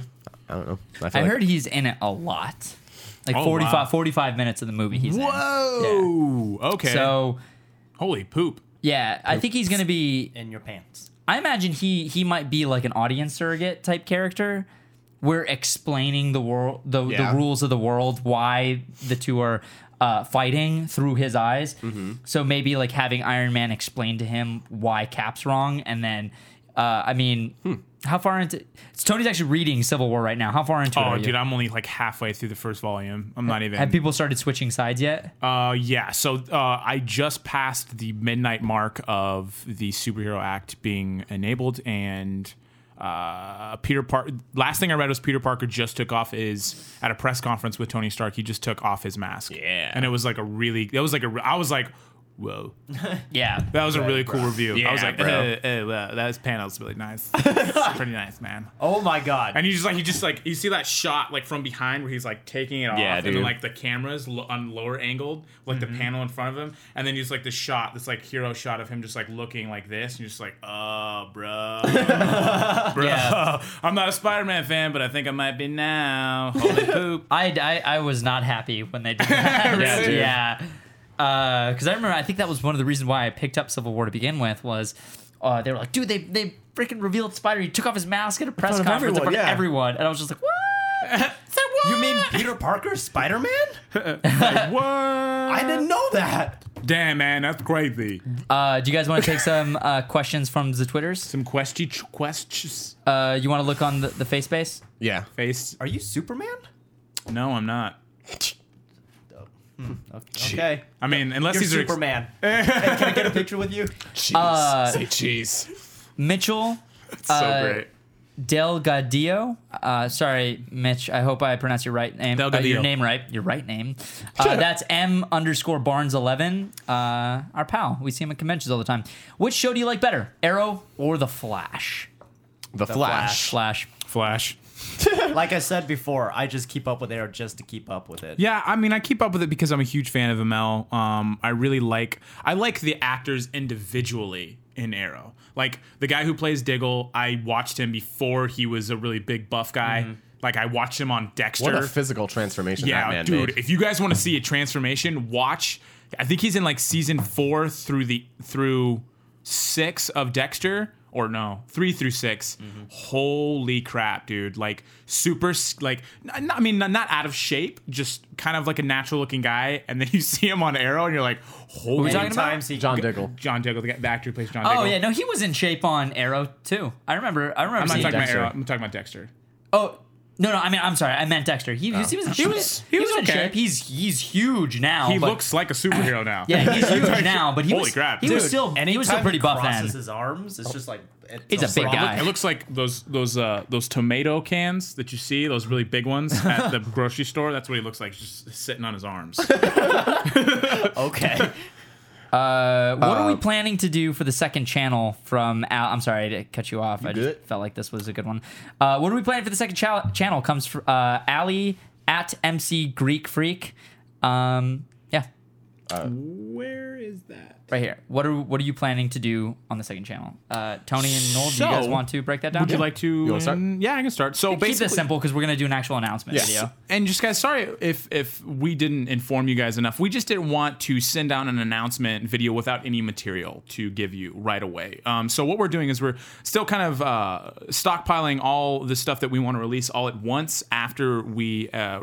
I don't know.
I
feel like-
heard heis in it a lot. Like
Oh,
45,
wow.
45 minutes of the movie he's in.
Whoa. Okay.
Yeah. So,
holy poop.
yeah, I think he's going to be
In your pants.
I imagine he he might be like an audience surrogate type character. We're explaining the world, the,
Yeah.
the rules of the world, why the two are uh, fighting through his eyes.
Mm-hmm.
So maybe like having Iron Man explain to him why Cap's wrong, and then uh, I mean,
Hmm.
how far into? It's, Tony's actually reading Civil War right now. How far into? it
Oh,
are you?
dude, I'm only like halfway through the first volume. I'm not even.
Have people started switching sides yet?
Uh, yeah. So uh, I just passed the midnight mark of the superhero act being enabled, and uh, Peter Park. Last thing I read was Peter Parker just took off his at a press conference with Tony Stark. He just took off his mask. Yeah, and it was like a really. That was like a. re- I was like, whoa,
yeah.
that was a really cool review. I was
Yeah,
like,
bro.
uh, uh, well, that was panel's really nice, It's pretty nice, man.
Oh my god.
And you just like you just like you see that shot like from behind where he's like taking it off,
Yeah,
and then
dude.
like the cameras lo- on lower angled, like
Mm-hmm.
the panel in front of him, and then you just like the shot, this like hero shot of him just like looking like this, and you're just like, oh, bro, bro, I'm not a Spider-Man fan, but I think I might be now. Holy poop!
I, I, I was not happy when they did that.
Really?
dude.
Yeah. Because I remember, I think that was one of the reasons why I picked up Civil War to begin with was uh, they were like, dude, they, they freaking revealed Spider. He took off his mask at a press
of
conference in
everyone,
front of
yeah.
everyone. And I was just like, what?
you mean Peter Parker, Spider Man?
What?
I didn't know that.
Damn, man, that's crazy.
Uh, do you guys want to take some uh, questions from the Twitters?
Some question questions.
Uh, you want to look on the, the face base?
Yeah.
Face.
Are you Superman?
No, I'm not.
Okay.
I mean, unless
You're
these are ex-
Superman. Hey, can I get a picture with you?
Cheese.
Uh,
Say cheese.
Mitchell
so
uh,
great.
Delgadillo. Uh, sorry, Mitch. I hope I pronounced your right name. uh,
Delgadillo.
your name right. Your right name. Uh, that's M underscore Barnes eleven. Uh, our pal. We see him at conventions all the time. Which show do you like better, Arrow or The Flash?
The, Flash.
Flash.
Flash.
Like I said before, I just keep up with Arrow just to keep up with it.
Yeah, I mean, I keep up with it because I'm a huge fan of ML. Um, I really like I like the actors individually in Arrow. Like the guy who plays Diggle, I watched him before he was a really big buff guy. Like I watched him on Dexter.
Mm-hmm. What a physical transformation that
yeah,
man
dude.
made.
If you guys want to see a transformation, watch. I think he's in like season four through the through six of Dexter, or no, three through 6
Mm-hmm.
Holy crap, dude! Like super, s- like n- I mean, not, not out of shape, just kind of like a natural looking guy, and then you see him on Arrow, and you're like, holy.
talking about?
Times he
John Diggle.
John Diggle, the, guy, the actor who plays John
Oh
Diggle.
yeah, no, he was in shape on Arrow too. I remember. I remember.
I'm not
seeing
talking about
Dexter.
Arrow. I'm talking about Dexter.
Oh no, no. I mean, I'm sorry. I meant Dexter. He, he was. He was. in shape.
was- Oh. he was
in
okay.
shape. He's he's huge now.
He
Oh, but-
looks like a superhero now.
Yeah, he's huge now, but he
Holy
was.
crap,
He was
dude.
still.
And
he was still pretty buff then.
crosses his arms. It's just like it's
He's a big
frog.
guy.
It looks like those those uh, those tomato cans that you see, those really big ones at the grocery store. That's what he looks like, just sitting on his arms.
Okay.
Uh, what are we planning to do for the second channel from Al? I'm sorry to cut you off. I just
good?
felt like this was a good one. Uh, what are we planning for the second cha- channel? Comes from uh, Ali at MC Greek Freak. Um, yeah,
Where is that?
right here. What are what are you planning to do on the second channel? Uh, Tony and Noel, do
So,
you guys want to break that down?
Would you like to? Mm,
You wanna start?
Yeah, I can start. So
Keep this
basically,
simple because we're gonna do an actual announcement
Yes.
video.
and just guys, sorry if if we didn't inform you guys enough. We just didn't want to send down an announcement video without any material to give you right away. Um, so what we're doing is we're still kind of uh, stockpiling all the stuff that we want to release all at once after we. Uh,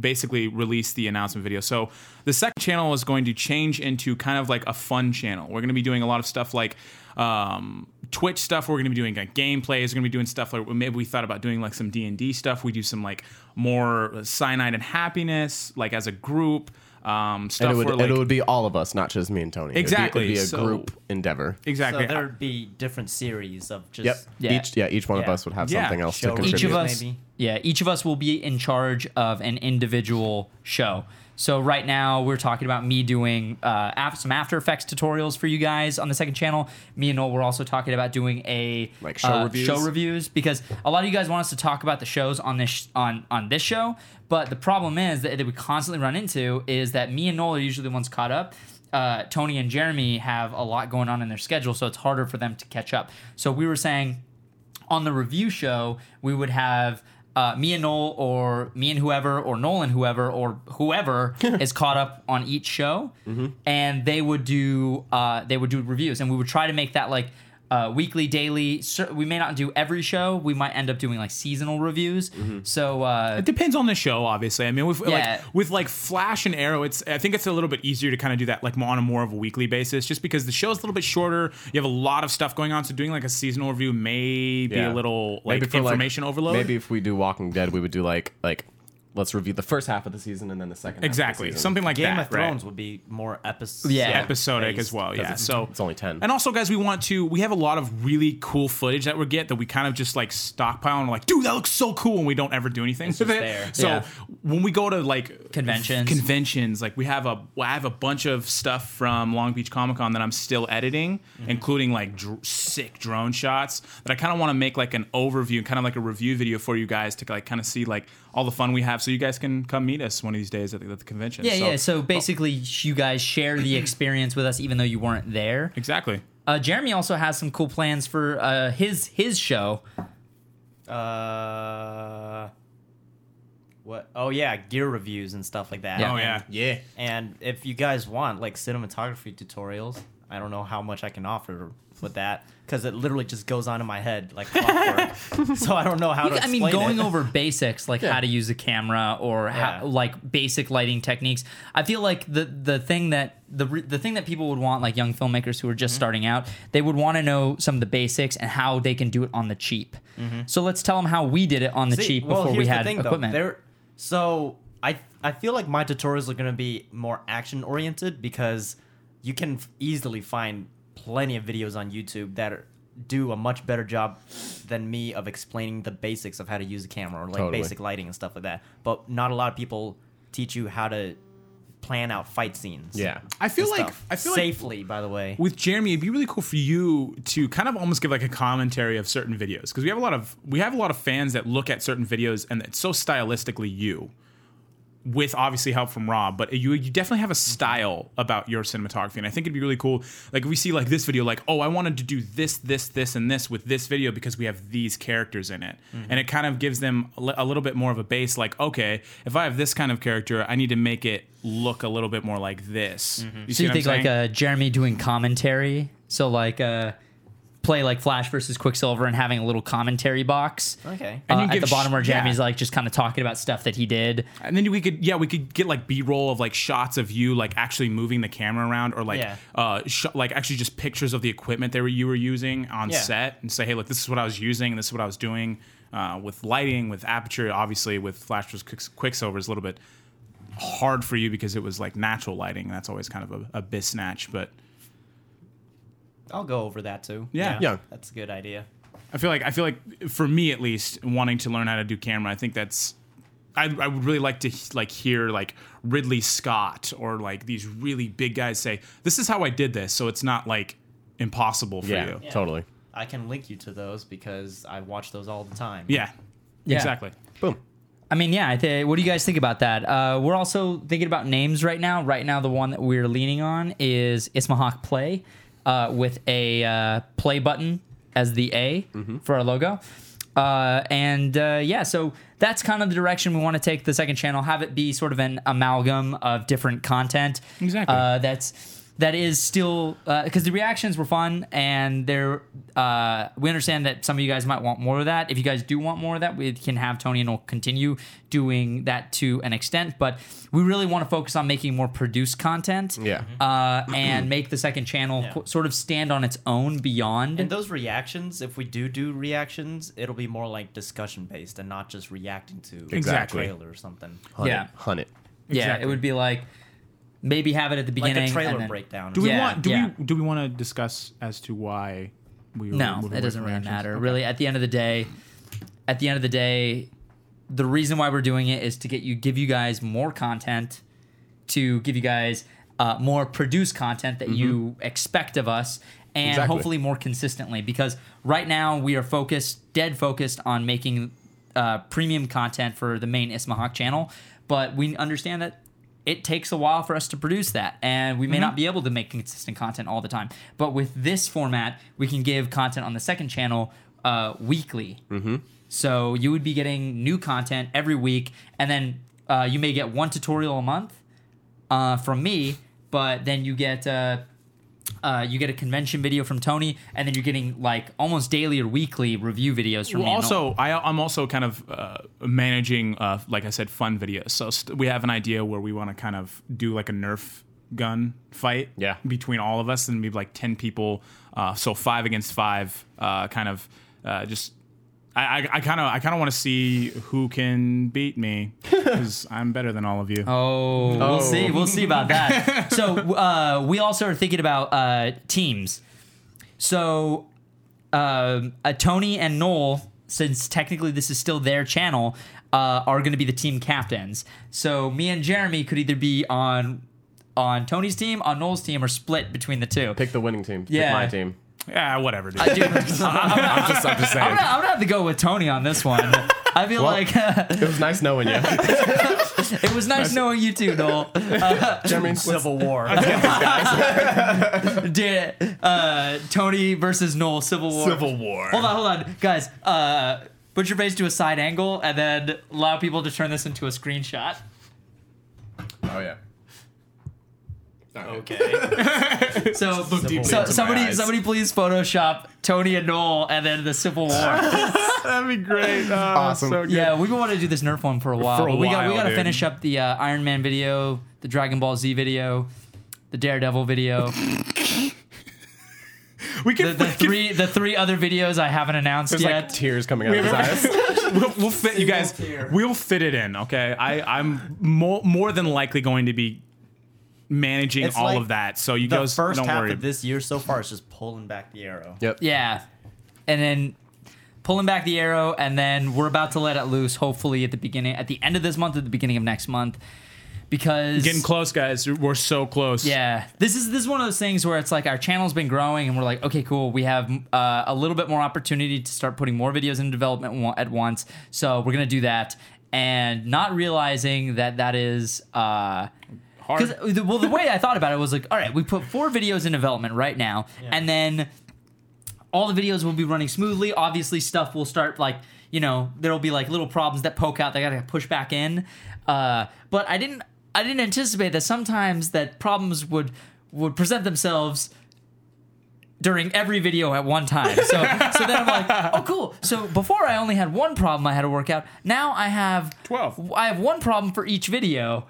basically release the announcement video. So the second channel is going to change into kind of like a fun channel. We're going to be doing a lot of stuff like um, Twitch stuff. We're going to be doing like gameplays. We're going to be doing stuff like maybe we thought about doing like some D and D stuff. We do some like more cyanide and happiness, like as a group. Um, stuff
And it would,
where like
it would be all of us, not just me and Tony.
Exactly,
It would be,
so-
a group endeavor.
exactly.
So there'd be different series of just
Yep.
Yeah.
Each yeah, each one of
Yeah.
us would have
Yeah.
something else
Show
to
reviews,
contribute.
each of us
maybe.
yeah each of us will be in charge of an individual show so right now we're talking about me doing uh, af- some after effects tutorials for you guys on the second channel me and noel were also talking about doing a
Like show
uh,
reviews?
show reviews because a lot of you guys want us to talk about the shows on this sh- on on this show but the problem is that, that we constantly run into is that me and noel are usually the ones caught up uh, Tony and Jeremy have a lot going on in their schedule, so it's harder for them to catch up. So we were saying on the review show, we would have uh, me and Noel, or me and whoever, or Noel and whoever, or whoever is caught up on each show, and they would do uh, they would do reviews, and we would try to make that like. Uh, weekly, daily. cer we may not do every show. We might end up doing like seasonal reviews. So uh,
It depends on the show, obviously. I mean, with
Yeah.
like with like Flash and Arrow, it's I think it's a little bit easier to kind of do that like on a more of a weekly basis, just because the show's a little bit shorter. You have a lot of stuff going on, so doing like a seasonal review may be
Yeah.
a little like
Maybe for,
information overload.
Maybe if we do Walking Dead, we would do like like let's review the first half of the season and then the second.
exactly
half of the season.
something like
Game
that,
of Thrones
right?
would be more episodic.
Yeah.
episodic as well. Yeah,
it's-
so
it's only 10.
And also, guys, we want to. We have a lot of really cool footage that we get that we kind of just like stockpile and we're like, dude, that looks so cool, and we don't ever do anything with
just
it.
there.
So
Yeah.
when we go to like
Conventions.
conventions, like we have a well, I have a bunch of stuff from Long Beach Comic Con that I'm still editing, including like dr- sick drone shots that I kind of want to make like an overview, kind of like a review video for you guys to like kind of see like all the fun we have, so you guys can come meet us one of these days at the, at the convention.
yeah, yeah. So basically, sh you guys share the experience with us, even though you weren't there.
exactly.
Uh, Jeremy also has some cool plans for uh, his his show.
Uh, what? Oh yeah, gear reviews and stuff like that.
Yeah.
Oh yeah.
yeah.
And if you guys want like cinematography tutorials, I don't know how much I can offer with that because it literally just goes on in my head like clockwork. so I don't know how to.
I mean,
explain
going
it.
over basics like how to use a camera or
Yeah.
how, like basic lighting techniques. I feel like the the thing that the re- the thing that people would want, like young filmmakers who are
Mm-hmm.
just starting out, they would want to know some of the basics and how they can do it on the cheap. So let's tell them how we did it on the
Mm-hmm. See,
cheap
well,
before we
here's the
had
thing, though.
equipment.
There- so I I feel like my tutorials are going to be more action oriented because you can f- easily find plenty of videos on YouTube that are, do a much better job than me of explaining the basics of how to use a camera or like
Totally.
basic lighting and stuff like that. But not a lot of people teach you how to plan out fight scenes.
Yeah.
I feel
and
like
stuff.
I feel like
safely, by the way.
with Jeremy, it'd be really cool for you to kind of almost give like a commentary of certain videos because we have a lot of we have a lot of fans that look at certain videos and it's so stylistically you. With obviously help from Rob, but you you definitely have a
Mm-hmm.
style about your cinematography, and I think it'd be really cool. Like if we see like this video, like oh, I wanted to do this, this, this, and this with this video because we have these characters in it,
Mm-hmm.
and it kind of gives them a li- a little bit more of a base. Like okay, if I have this kind of character, I need to make it look a little bit more like this. You
so
see
you
what
think
I'm
like
saying?
uh, Jeremy doing commentary? So like uh, play like Flash versus Quicksilver and having a little commentary box.
Okay.
Uh,
And you
at
give
the bottom
sh-
where Jeremy's
yeah.
like just kind of talking about stuff that he did.
And then we could, yeah, we could get like B roll of like shots of you like actually moving the camera around, or like,
Yeah.
uh, sh- like actually just pictures of the equipment that you were using on
Yeah.
set, and say, hey, look, this is what I was using, and this is what I was doing uh, with lighting, with aperture, obviously with flash versus Quicks- Quicksilver is a little bit hard for you because it was like natural lighting. That's always kind of a, a bis snatch, but
I'll go over that too.
Yeah.
Yeah.
That's a good idea.
I feel like I feel like for me at least, wanting to learn how to do camera, I think that's. I, I would really like to like hear like Ridley Scott or like these really big guys say this is how I did this, so it's not like impossible for
Yeah,
you.
totally.
I can link you to those because I watch those all the time.
Yeah,
Yeah.
exactly.
Boom.
I mean, yeah. I thi- what do you guys think about that? Uh, we're also thinking about names right now. Right now, the one that we're leaning on is Ismahawk Play uh, with a uh, play button as the A for our logo. Uh, and uh, yeah, so that's kind of the direction we want to take the second channel. Have it be sort of an amalgam of different content.
Exactly.
Uh, uh, that's that is still because the reactions were fun and they're uh, we understand that some of you guys might want more of that if you guys do want more of that we can have tony and we'll continue doing that to an extent but we really want to focus on making more produced content
Yeah.
uh, and make the second channel
Yeah.
qu- sort of stand on its own beyond
And those reactions, if we do do reactions, it'll be more like discussion based and not just reacting to
Exactly.
a trailer or something.
Hunt
Yeah.
It, hunt it.
yeah
Exactly.
it would be like maybe have it at the
Like
beginning
a
and
trailer
then-
breakdown. or
Do we
Yeah,
want? Do
yeah.
we do we want to discuss as to why we? Were
No,
moving away
it doesn't
from
really
reactions?
matter.
Okay.
Really, at the end of the day, at the end of the day, the reason why we're doing it is to get you, give you guys more content, to give you guys uh, more produced content that you expect of us, and
Exactly.
hopefully more consistently. Because right now we are focused, dead focused on making uh, premium content for the main Ismahawk channel, but we understand that. It takes a while for us to produce that, and we may not be able to make consistent content all the time. But with this format, we can give content on the second channel uh, weekly, so you would be getting new content every week, and then uh, you may get one tutorial a month uh, from me, but then you get uh, uh, you get a convention video from Tony, and then you're getting like almost daily or weekly review videos from
Well,
me. and
also,
Nolan.
I, I'm also kind of uh, managing, uh, like I said, fun videos. So st- we have an idea where we want to kind of do like a Nerf gun fight
Yeah.
between all of us and maybe like 10 people. Uh, so five against five, uh, kind of uh, just. I kind of I kind of want to see who can beat me because I'm better than all of you.
Oh, we'll see. We'll see about that. so uh, we also are thinking about uh, teams. So um, uh, Tony and Noel, since technically this is still their channel, uh, are going to be the team captains. So me and Jeremy could either be on on Tony's team, on Noel's team, or split between the two.
Pick the winning team.
Yeah.
Pick my team.
Yeah, whatever, dude.
Dude, I'm, I'm,
Just, I'm just
I'm
saying.
gonna, I'm gonna have to go with Tony on this one. I feel
Well-
like
it was nice knowing you.
it was nice knowing you too, Noel.
Jeremy,
Civil War.
Did uh, Tony versus Noel Civil War?
War.
Hold on, hold on, guys. Uh, put your face to a side angle and then allow people to turn this into a screenshot.
Oh yeah.
Okay.
So,
deeply
so
into my
somebody,
eyes.
somebody, please Photoshop Tony and Noel, and then the Civil War.
That'd be great. awesome.
Awesome. so
yeah, we've been wanting to do this Nerf one for a while.
For a
but we got we
while,
got to
dude.
finish up the uh, Iron Man video, the Dragon Ball Z video, the Daredevil video,
We
the,
can.
the three the three other videos I haven't announced
There's
yet.
like tears coming out of his
have
eyes.
we'll, we'll fit you guys.
tier.
We'll fit it in. Okay. I I'm more more than likely going to be managing
It's
all
like
of that. So you
The
guys
first
don't
half
worry.
of this year so far is just pulling back the arrow.
Yep.
yeah, and then pulling back the arrow, and then we're about to let it loose. Hopefully, at the beginning, at the end of this month, at the beginning of next month, because
Getting close, guys. We're so close.
Yeah, this is this is one of those things where it's like our channel's been growing, and we're like, okay, cool. We have uh, a little bit more opportunity to start putting more videos into development wa- at once. So we're gonna do that, and not realizing that that is. Uh, because
Hard.
well, the way I thought about it was like, all right, we put four videos in development right now, and then all the videos will be running smoothly. Obviously, stuff will start like you know there'll be like little problems that poke out. They gotta push back in. Uh, but I didn't I didn't anticipate that sometimes that problems would would present themselves during every video at one time. So so then I'm like, oh cool. So before I only had one problem I had to work out. Now I have
12.
I have one problem for each video.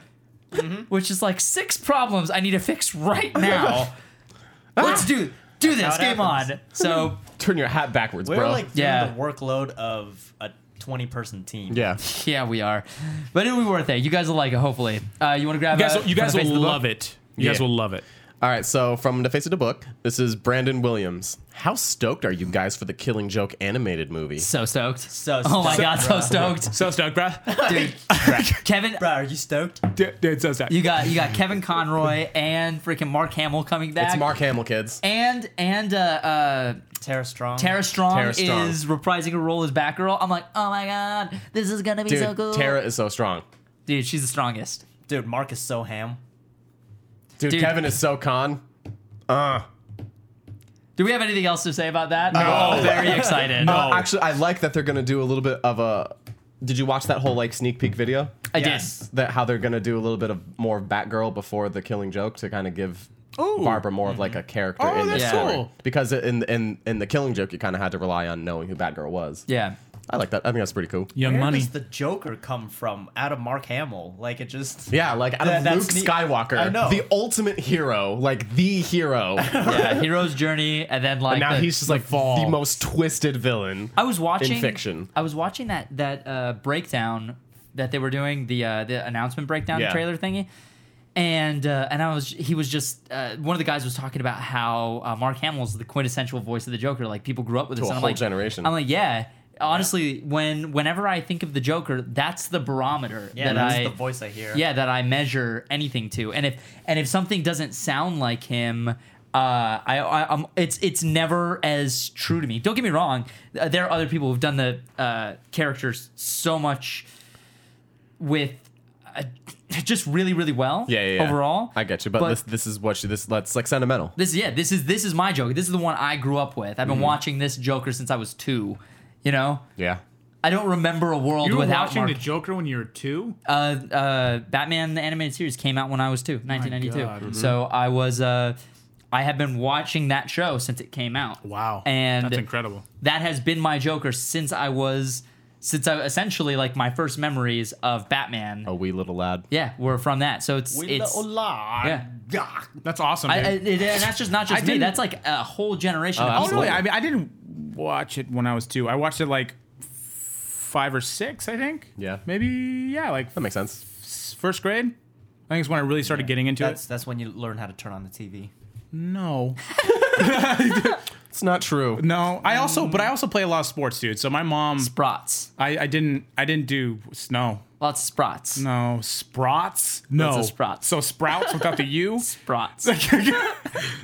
Which is like six problems I need to fix right now. Let's do do this.
how it
Game on.
happens.
So
Turn your hat backwards,
We're
bro.
like doing
Yeah.
the workload of a 20 person team.
yeah.
yeah, we are, but it'll be worth it. You guys will like it. Hopefully, uh, you want to grab.
You guys,
uh,
you guys
from the face
will
of the book?
love it. You guys
Yeah.
will love it.
All right. So from the face of the book, this is Brandon Williams. How stoked are you guys for the Killing Joke animated movie?
So stoked.
So
Oh my
stoked,
god, so
bruh.
stoked,
So stoked, bruh.
dude. Kevin,
Bro, are you stoked?
dude, dude, so stoked.
you got you got Kevin Conroy and freaking Mark Hamill coming back.
It's Mark Hamill, kids.
and and uh, uh,
Tara Strong.
Tara, Strong
Tara Strong.
is reprising her role as Batgirl. I'm like, oh my god, this is gonna be
Dude,
so cool.
Tara is so strong.
dude, she's the strongest.
Dude, Mark is so ham.
Dude,
Dude.
Kevin is so con.
Do we have anything else to say about that?
No.
very excited.
No.
Uh, actually, I like that they're gonna do a little bit of a. Did you watch that whole like sneak peek video?
I did.
Yes.
That how they're gonna do a little bit of more Batgirl before the Killing Joke to kind of give
Ooh.
Barbara more of like a character.
Oh,
in the
that's
story.
cool.
Because in in in the Killing Joke, you kind of had to rely on knowing who Batgirl was.
Yeah.
I like that. I think that's pretty cool.
Young
Where
money.
does the Joker come from? Out of Mark Hamill. Like, it just.
Yeah, like out
That-
of Luke
that's neat.
Skywalker,
I know.
the ultimate hero, like the hero. and
Yeah. Hero's journey, and then like
now
the-
he's just like
fall.
the most twisted villain.
I was watching
fiction.
I was watching that that uh, breakdown that they were doing the uh, the announcement breakdown
Yeah.
trailer thingy, and uh, and I was he was just uh, one of the guys was talking about how uh, Mark Hamill's the quintessential voice of the Joker. Like people grew up with this.
a
and I'm
whole
like,
generation.
I'm like, yeah. Honestly, when whenever I think of the Joker, that's the barometer
Yeah,
that
that's
I
the voice I hear.
yeah that i measure anything to and if and if something doesn't sound like him uh i, I i'm it's it's never as true to me don't get me wrong uh, there are other people who've done the uh characters so much with uh, just really really well
Yeah, yeah, yeah.
overall
I get you, but, this this is what she, this that's like sentimental.
this yeah this is this is my joker this is the one i grew up with
Mm-hmm.
i've been watching this joker since i was two you know
Yeah,
i don't remember a world
you were
without
watching
Mark
the Joker when you were two.
uh, uh, Batman the animated series came out when I was two, 1992.
God. Mhm.
So I was, uh, I have been watching that show since it came out.
Wow,
And
that's incredible.
that has been my Joker since I was, since I essentially like my first memories of Batman.
Oh.
a wee little lad.
Yeah, were from that. So it's
With
it's.
the Ola.
yeah.
Yeah.
That's awesome.
I, I,
dude.
it, and that's just not
I
just me.
didn't-
That's like a whole generation.
Oh,
of
Oh
people.
no!
Absolutely.
I mean, I didn't watch it when I was two. I watched it like f- five or six, I think.
Yeah.
Maybe yeah, like
That makes sense.
f- first grade. I think it's when I really started getting into
That's,
it.
that's when you learn how to turn on the TV.
No,
It's not true.
no. I also, but I also play a lot of sports, dude. So my mom,
Sprots,
I, I didn't, I didn't do snow.
lots of sprots,
No sprouts. No
What's a sprout?
So sprouts without the u.
sprots.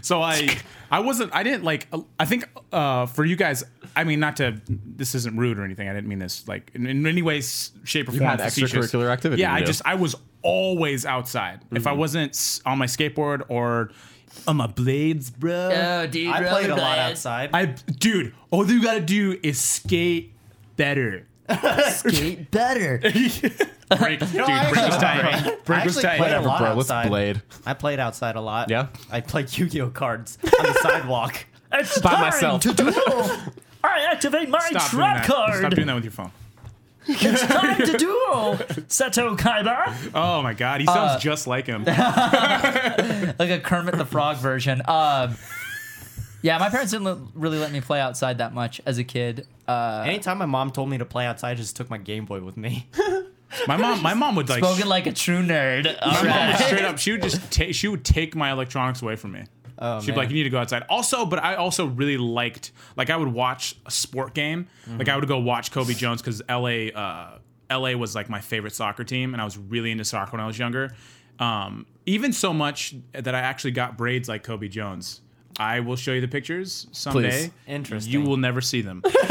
so I I wasn't I didn't like I think uh for you guys I mean not to this isn't rude or anything I didn't mean this like in, in any way s- shape or form
had
facetious.
extracurricular activity
yeah
to
I
do. Mm.
just I was always outside if I wasn't s- on my skateboard or on my blades bro
oh, dude,
I played a lot
rollerblades.
outside.
I dude all you gotta do is skate better
Skate better.
Break, dude, break was tight. Break was
actually
tight.
played a
Whatever,
lot
bro. Let's
outside.
blade.
I played outside a lot.
Yeah?
I played Yu-Gi-Oh cards on the sidewalk.
It's
By
time
myself.
to duel. I activate my
Stop doing
trap
that.
card.
Stop doing that with your phone.
It's time to duel. Seto Kaiba.
Oh my god, he
Uh,
sounds just like him.
like a Kermit the Frog version. Um, yeah, my parents didn't l- really let me play outside that much as a kid. Uh,
Anytime my mom told me to play outside, I just took my Game Boy with me.
My mom, my mom would like.
spoken like a true nerd. All
my mom
right.
would straight up, she would just take, she would take my electronics away from me. She'd be
Oh, man.
like, you need to go outside. Also, but I also really liked, like, I would watch a sport game.
Mm-hmm.
Like, I would go watch Kobe Jones because LA, uh, LA was like my favorite soccer team, and I was really into soccer when I was younger. Um, even so much that I actually got braids like Kobe Jones. I will show you the pictures someday.
Interesting.
You will never see them.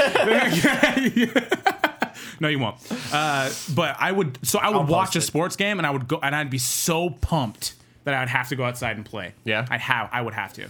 No, you won't. Uh, but I would. So I would watch
post
a
it.
sports game, and I would go, and I'd be so pumped that I would have to go outside and play.
Yeah.
I'd have. I would have to.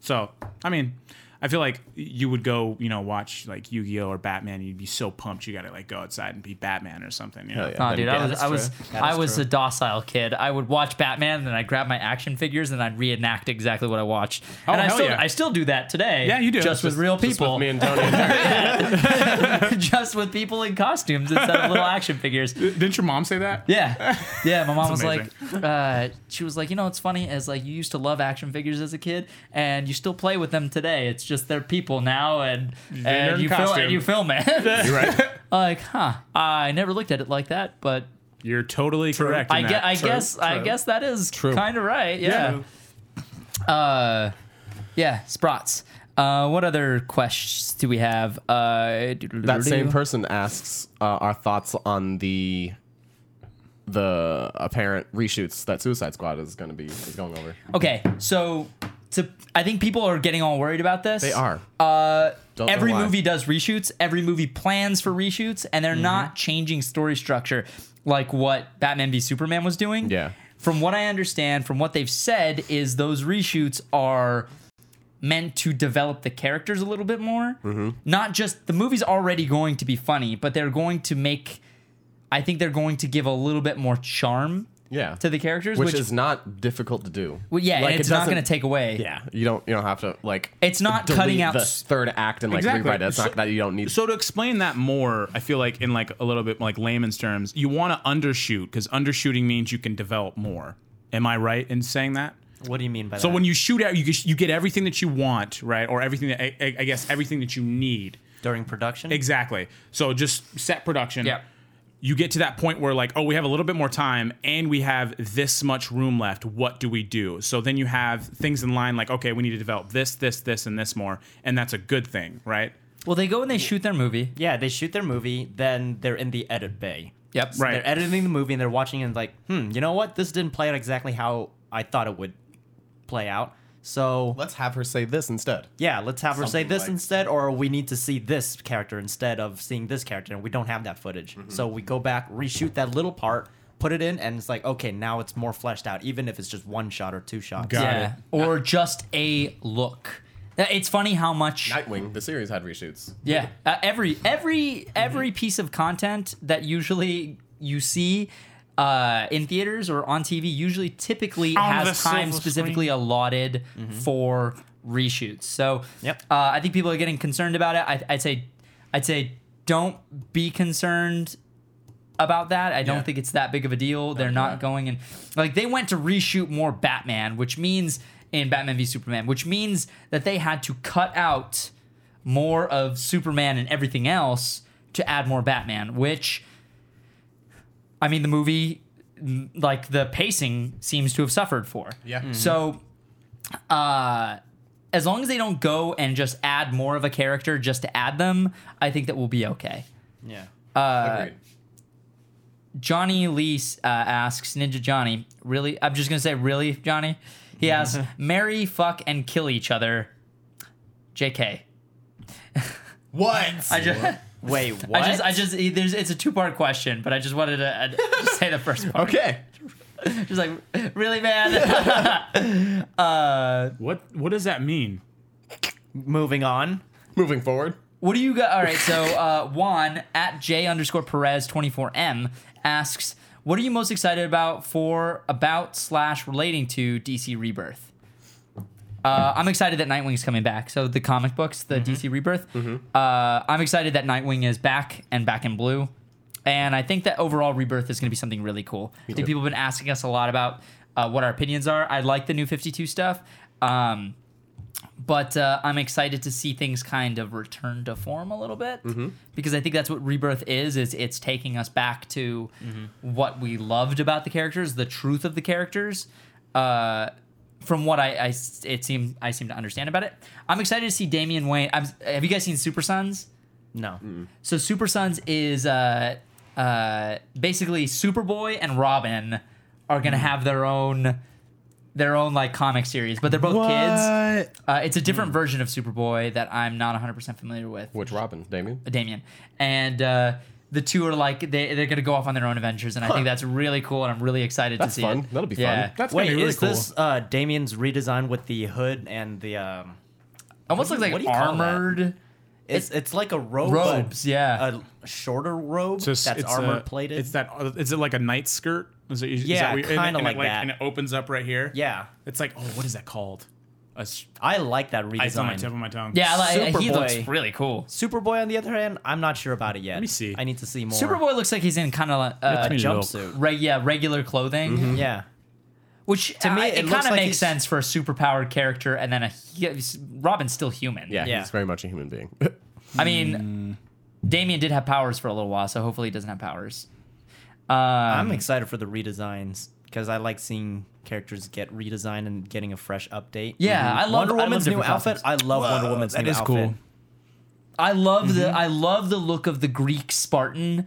So I mean, I feel like you would go, you know, watch like Yu Gi Oh or Batman. You'd be so pumped you got to like go outside and be Batman or something. You know?
Hell yeah.
Nah, dude, I was
that's
I was
true. That
I
is
was
true.
a docile kid. I would watch Batman, and then I grab my action figures, and I'd reenact exactly what I watched.
Oh,
and I
hell
still
yeah.
I still do that today.
Yeah, you do.
Just with real
Just
people,
with me and Tony. and Derek.
just with people in costumes instead of little action figures.
Didn't your mom say that?
Yeah, yeah. My mom was like, uh, she was like, you know, it's funny as like you used to love action figures as a kid, and you still play with them today. It's just they're people now, and
in
and you film
costume.
and you film it.
You're right.
like, huh? I never looked at it like that, but
You're totally correct. in
I,
that.
guess, I
True.
guess, I
true.
guess that is
True.
kind of right. Yeah. Uh, yeah. Sprots. Uh, what other questions do we have? Uh,
that same person asks uh, our thoughts on the the apparent reshoots that Suicide Squad is going to be is going over.
Okay, so to, I think people are getting all worried about this.
They are.
Uh,
Don't know
every
why.
movie does reshoots. Every movie plans for reshoots, and they're
Mm-hmm.
not changing story structure like what Batman v Superman was doing.
Yeah.
From what I understand, from what they've said, is those reshoots are meant to develop the characters a little bit more.
Mm-hmm.
Not just the movie's already going to be funny, but they're going to make. I think they're going to give a little bit more charm
Yeah.
to the characters,
which,
which,
is not difficult to do.
well, yeah,
Like,
and
it
it's not
doesn't-
going to take away.
Yeah, you don't you don't have to like.
It's not
delete
cutting out
the
s-
third act and like
Exactly.
rewrite it. It's
So-
not that you don't need.
So to explain that more, I feel like in like a little bit like layman's terms, you want to undershoot because undershooting means you can develop more. Am I right in saying that?
What do you mean by
So
that?
when you shoot out, you get- you get everything that you want, right? Or everything that I, I I guess everything that you need.
during production,
Exactly. So just set production.
Yeah.
You get to that point where like, oh, we have a little bit more time and we have this much room left. What do we do? So then you have things in line like, okay, we need to develop this, this, this, and this more, and that's a good thing, right?
Well, they go and they shoot their movie.
yeah, they shoot their movie, then they're in the edit bay.
Yep.
Right.
They're editing the movie and they're watching and like, hmm, you know what? This didn't play out exactly how I thought it would play out. So
Let's have her say this instead.
yeah, let's have her say
Something
this
like-
instead, or we need to see this character instead of seeing this character, and we don't have that footage.
Mm-hmm.
So we go back, reshoot that little part, put it in, and it's like, okay, now it's more fleshed out, even if it's just one shot or two shots.
Got
yeah.
it.
Or just a look. Uh, It's funny how much.
Nightwing, the series had reshoots.
yeah. Uh, every every every piece of content that usually you see uh, in theaters or on TV usually typically
On the
has time
silver
specifically allotted
Mm-hmm.
for reshoots. So
Yep.
uh, I think people are getting concerned about it. I, I'd say, I'd say, don't be concerned about that. I don't think it's that big of a deal. They're not going and like they went to reshoot more Batman, which means in Batman v Superman, which means that they had to cut out more of Superman and everything else to add more Batman, which I mean the movie m- like the pacing seems to have suffered for. Mm-hmm.
Yeah. Mhm.
So uh as long as they don't go and just add more of a character just to add them, I think that we'll be okay.
Yeah.
Agreed.
Johnny Lee uh, asks Ninja Johnny, really? I'm just gonna say, really, Johnny? He asks, marry, fuck, and kill each other. Jk.
What?
I just,
Wait, what?
I just, I just, there's, it's a two part question, but I just wanted to uh, just say the first part.
okay.
Just like, really, man?
What what does that mean?
Moving on.
Moving forward.
what do you got? All right, so uh, Juan at J underscore Perez 24M asks, What are you most excited about for about slash relating to DC Rebirth? Uh, I'm excited that Nightwing's coming back. So the comic books, the DC Rebirth. Uh, I'm excited that Nightwing is back and back in blue. And I think that overall Rebirth is going to be something really cool. I think
too.
people have been asking us a lot about uh, what our opinions are. I like the new 52 stuff. Um, but uh, I'm excited to see things kind of return to form a little bit because I think that's what Rebirth is. Is it's taking us back to what we loved about the characters, the truth of the characters. Uh, from what I, I s- it seemed I seem to understand about it. I'm excited to see Damian Wayne. I'm, have you guys seen Super Sons?
No.
Mm.
So Super Sons is uh, uh, basically Superboy and Robin are gonna have their own their own like comic series, but they're both kids. Uh, it's a different
Hmm.
version of Superboy that I'm not 100% familiar with.
Which Robin, Damien?
Damien. And uh, the two are like, they, they're going to go off on their own adventures. And I think that's really cool. And I'm really excited
That's
to see
fun.
it.
That'll be fun.
yeah.
That's
Wait,
gonna be really
is
cool.
this uh, Damien's redesign with the hood and the um?
Almost
what
looks
do
like
you- what do you call that?
armored.
It's it's like a robe.
Robes,
but
yeah.
A shorter robe
So it's-
that's
it's
armor
a-
plated.
It's that. Is it like a night skirt? Is it, is
Yeah,
that what you-
kinda
and it- and it
like that.
And it opens up right here.
yeah,
It's like, oh, what is that called? A s-
I like that
It's on my tip
redesign.
of my tongue.
Yeah, like, he
Superboy.
looks really cool.
Superboy, on the other hand, I'm not sure about it yet. Let
me see.
I need to see more.
Superboy looks like he's in kind of
a
uh,
me look.
jumpsuit.
re- yeah, regular clothing,
Yeah.
which to
Mm-hmm. me,
me,
it
it,
looks
kind of
like
makes
he's-
sense for a superpowered character. And then a he- Robin's still human.
Yeah,
Yeah.
he's very much a human being.
I mean,
Mm.
Damien did have powers for a little while, so hopefully he doesn't have powers. Um,
I'm excited for the redesigns because I like seeing characters get redesigned and getting a fresh update.
Yeah, I love-
Wonder
I love
Woman's new
different
outfit. I love Wonder Woman's
that
new
is
outfit.
cool.
I love the I love the look of the Greek Spartan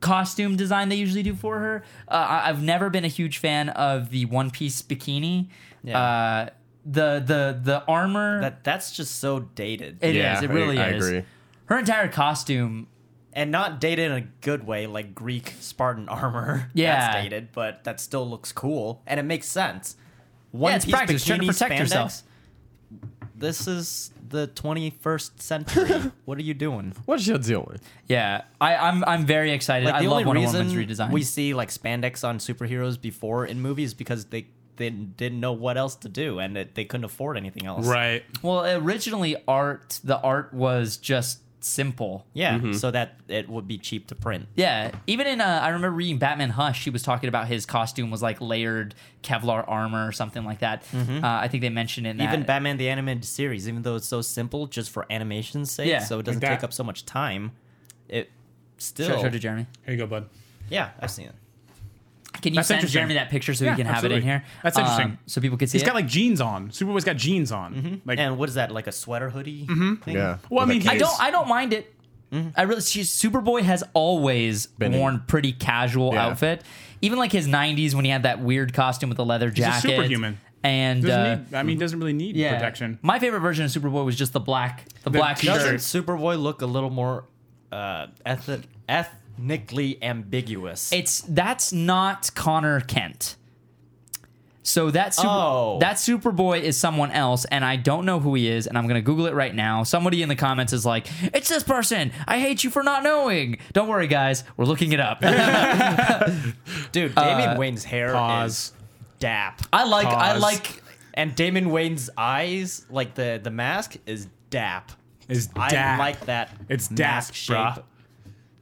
costume design they usually do for her. Uh, I, I've never been a huge fan of the one piece bikini.
Yeah.
Uh, the the the armor.
That that's just so dated
it is.
Yeah,
It really
I- I
is.
agree.
Her entire costume.
and not dated in a good way, like Greek Spartan armor.
Yeah.
that's dated, but that still looks cool and it makes sense. One
yeah, it's practice. Trying to protect
spandex,
yourself.
This is the 21st century. what are you doing?
What's your deal with?
Yeah, I, I'm I'm very excited.
Like
I
the
love
only
Wonder
reason
Woman's redesign.
we see like spandex on superheroes before in movies because they they didn't know what else to do and it, they couldn't afford anything else.
Right.
well, originally art the art was just simple.
Yeah. So that it would be cheap to print.
Yeah, even in uh, I remember reading Batman Hush, he was talking about his costume was like layered Kevlar armor or something like that.
Mm-hmm.
Uh, I think they mentioned it. In
Even
that.
Batman the animated series, even though it's so simple, just for animation's sake,
Yeah,
so it
like
doesn't
that.
take up so much time. It still,
Show, show to Jeremy.
Here you go, bud.
yeah, I've seen it.
Can you
That's
send
interesting.
Jeremy that picture so we
Yeah,
can have it in
absolutely.
here? Um,
That's interesting.
so people can see
He's
it.
got like jeans on. Superboy's got jeans on.
Mm-hmm.
Like,
And what is that, like a sweater hoodie? Thing?
Yeah.
well, I mean,
I don't. I don't mind it.
Mm-hmm.
I really. She's, Superboy has always
Been in-
worn pretty casual
Yeah.
outfit. Even like his '90s when he had that weird costume with the leather
a
jacket.
superhuman.
And
doesn't
uh,
need, I mean, doesn't really need
yeah,
protection.
My favorite version of Superboy was just the black, the, black
t-shirt.
shirt.
Doesn't Superboy look a little more uh, eth- ethnically ambiguous?
It's that's not Connor Kent. So that super,
Oh.
that Superboy is someone else, and I don't know who he is, and I'm gonna Google it right now. Somebody in the comments is like, "It's this person. I hate you for not knowing." Don't worry, guys, we're looking it up.
Dude, Damon
Uh,
Wayne's hair
Pause.
is dap.
I like I
Pause.
like
And Damon Wayne's eyes, like the the mask, is dap.
Is
I
dap.
like that.
It's
mask
dap, bruh.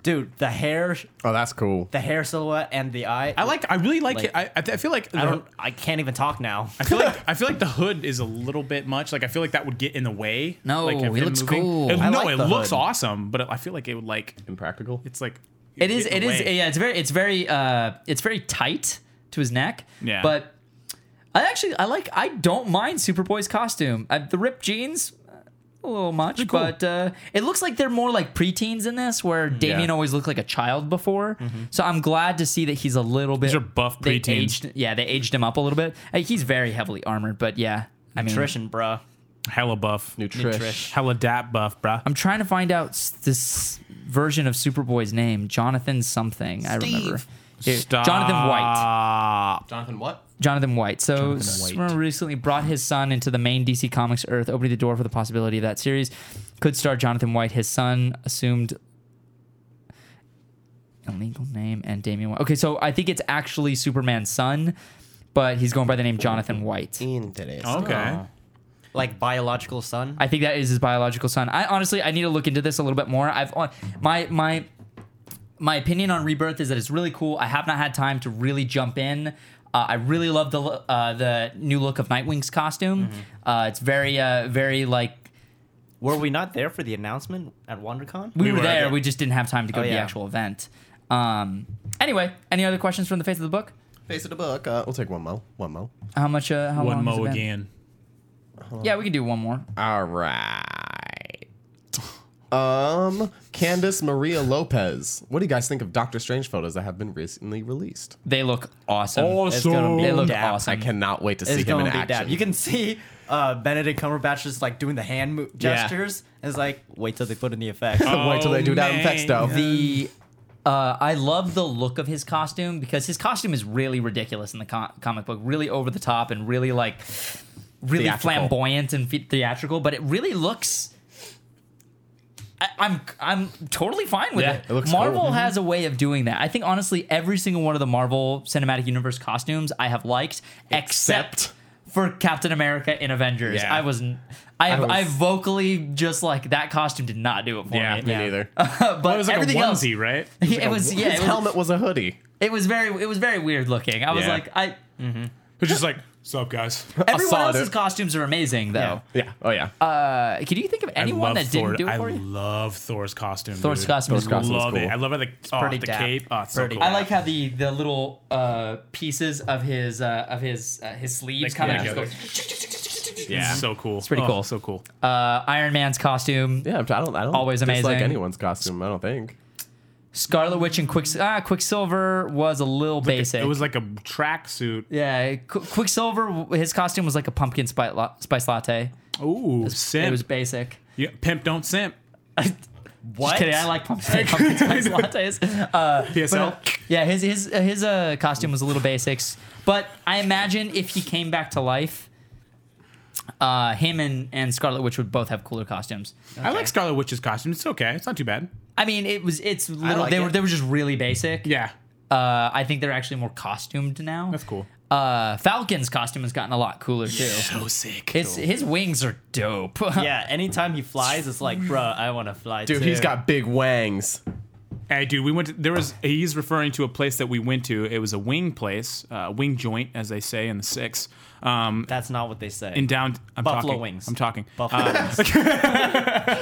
Dude, the hair,
Oh, that's cool.
the hair silhouette, and the eye.
I like. I really like,
Like-
it. I, I th- I feel like. The,
I don't. I can't even talk now.
I feel like. I feel like the hood is a little bit much. Like I feel like that would get in the way.
No,
like, of
he
him
looks cool.
It-
I
no,
like
it
the
looks
hood.
awesome, but I feel like it would like.
Impractical.
It's like.
it is
get in
it
the
is
way.
yeah it's very it's very uh it's very tight to his neck.
Yeah.
but I actually I like I don't mind Superboy's costume. I, the ripped jeans a little much,
cool. Mm,
but uh, it looks like they're more like preteens in this, where Damien always looked like a child before. So I'm glad to see that he's a little bit.
Mm-hmm. are buff
they
preteens.
aged, yeah, they aged him up a little bit. Uh, He's very heavily armored, but yeah, I mean,
Nutrition, bruh.
hella buff.
Nutrish.
Nutrish.
Hella dap buff, bruh.
I'm trying to find out s- this version of Superboy's name, Jonathan something. I remember. Here, Jonathan White.
White.
Jonathan, what?
Jonathan White. So
Jonathan
Swimmer
White.
recently brought his son into the main DC Comics Earth, opening the door for the possibility of that series. Could star Jonathan White. His son assumed. second legal name and Damian White. Okay, so I think it's actually Superman's son, but he's going by the name Jonathan White.
Interesting.
Okay.
like biological son.
I think that is his biological son. I honestly I need to look into this a little bit more. I've on my my my opinion on Rebirth is that it's really cool. I have not had time to really jump in. Uh, I really love the lo- uh, the new look of Nightwing's costume. Uh, it's very uh, very like
Were we not there for the announcement at WonderCon?
we,
We
were,
were,
there.
yeah.
We just didn't have time to go
Oh,
to the
yeah.
actual event. Um, anyway, any other questions from the face of the book?
Face of the book. Uh, we'll take one mo. One mo.
How much? Uh, how
One
long has it
mo
been?
again.
Yeah, we can do one more.
All right. Um, Candace Maria Lopez. What do you guys think of Doctor Strange photos that have been recently released?
They look awesome.
It's gonna be
They look
dap.
awesome.
I cannot wait to see
It's
him in
gonna be dap.
action.
You can see uh, Benedict Cumberbatch just like doing the hand mo- gestures. And it's like wait till they put in the effects.
wait till they do that in
Oh,
Fexto.
the uh, I love the look of his costume because his costume is really ridiculous in the co- comic book, really over the top and really like really
Theatrical.
flamboyant and fe- theatrical. But it really looks. I, I'm I'm totally fine with
Yeah,
it.
it looks
Marvel
cool.
has a way of doing that. I think honestly, every single one of the Marvel Cinematic Universe costumes I have liked, except. for Captain America in Avengers,
Yeah.
I was, n- I, I,
was-
vocally just like that costume did not do it for
Yeah.
me.
Me
Yeah.
neither.
but
It was like
Uh, everything
a
else,
onesie, right?
it Oh, was yeah,
His
it was,
helmet was a hoodie.
it was very it was very weird looking. I was
Yeah.
like, I
It's just like, sup guys.
everyone
saw
else's
it.
costumes are amazing though.
Yeah. Oh yeah.
Uh, can you think of
I
anyone
love
that
Thor.
didn't do it
I
for you?
love Thor's costume.
Thor's
dude.
costume is
I
Thor's costume.
cool.
love
cool.
it. I love it. The, oh,
pretty
the
dap.
cape. Oh, it's so
Pretty
cool.
I like how the the little uh, pieces of his uh, of his uh, his sleeves
come
kind of
together.
just go.
Yeah. So cool. It's
pretty cool.
So cool.
Uh, Iron Man's costume,
yeah. I don't. I don't.
always
Like
amazing.
anyone's costume. I don't think.
Scarlet Witch and Quicks- ah, Quicksilver was a little basic.
It was like a tracksuit.
yeah, Qu- Quicksilver, his costume was like a pumpkin spice, la- spice latte.
Ooh,
It
simp.
was basic.
Yeah, pimp don't simp.
Just kidding. I like pumpkin, pumpkin spice lattes. Uh,
PSL.
yeah, his his uh, his uh, costume was a little basics, but I imagine if he came back to life, uh, him and and Scarlet Witch would both have cooler costumes.
I like Scarlet Witch's costume. It's okay. It's not too bad.
I mean, it was it's little.
like
they were
it.
they were just really basic.
Yeah,
Uh, I think they're actually more costumed now.
that's cool.
Uh, Falcon's costume has gotten a lot cooler too.
So sick.
His his wings are dope.
yeah, anytime he flies, it's like, bruh, I want to fly
Dude,
too.
he's got big wangs.
Hey, dude, we went. To, there was. He's referring to a place that we went to. It was a wing place, uh, wing joint, as they say in the six. Um,
That's not what they say.
in down. I'm
Buffalo
talking,
wings.
I'm talking.
Buffalo
Uh,
wings.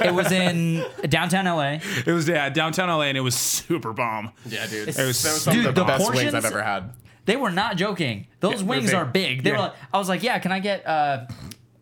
it was in downtown L.A.
It was yeah, downtown LA, and it was super bomb.
Yeah,
It
dude.
was
That was
so-
some
Dude,
of the,
the
best
portions-
wings I've ever had.
They were not joking. Those
Yeah,
wings
they're
are big. They were
Yeah.
like, I was like, yeah, can I get uh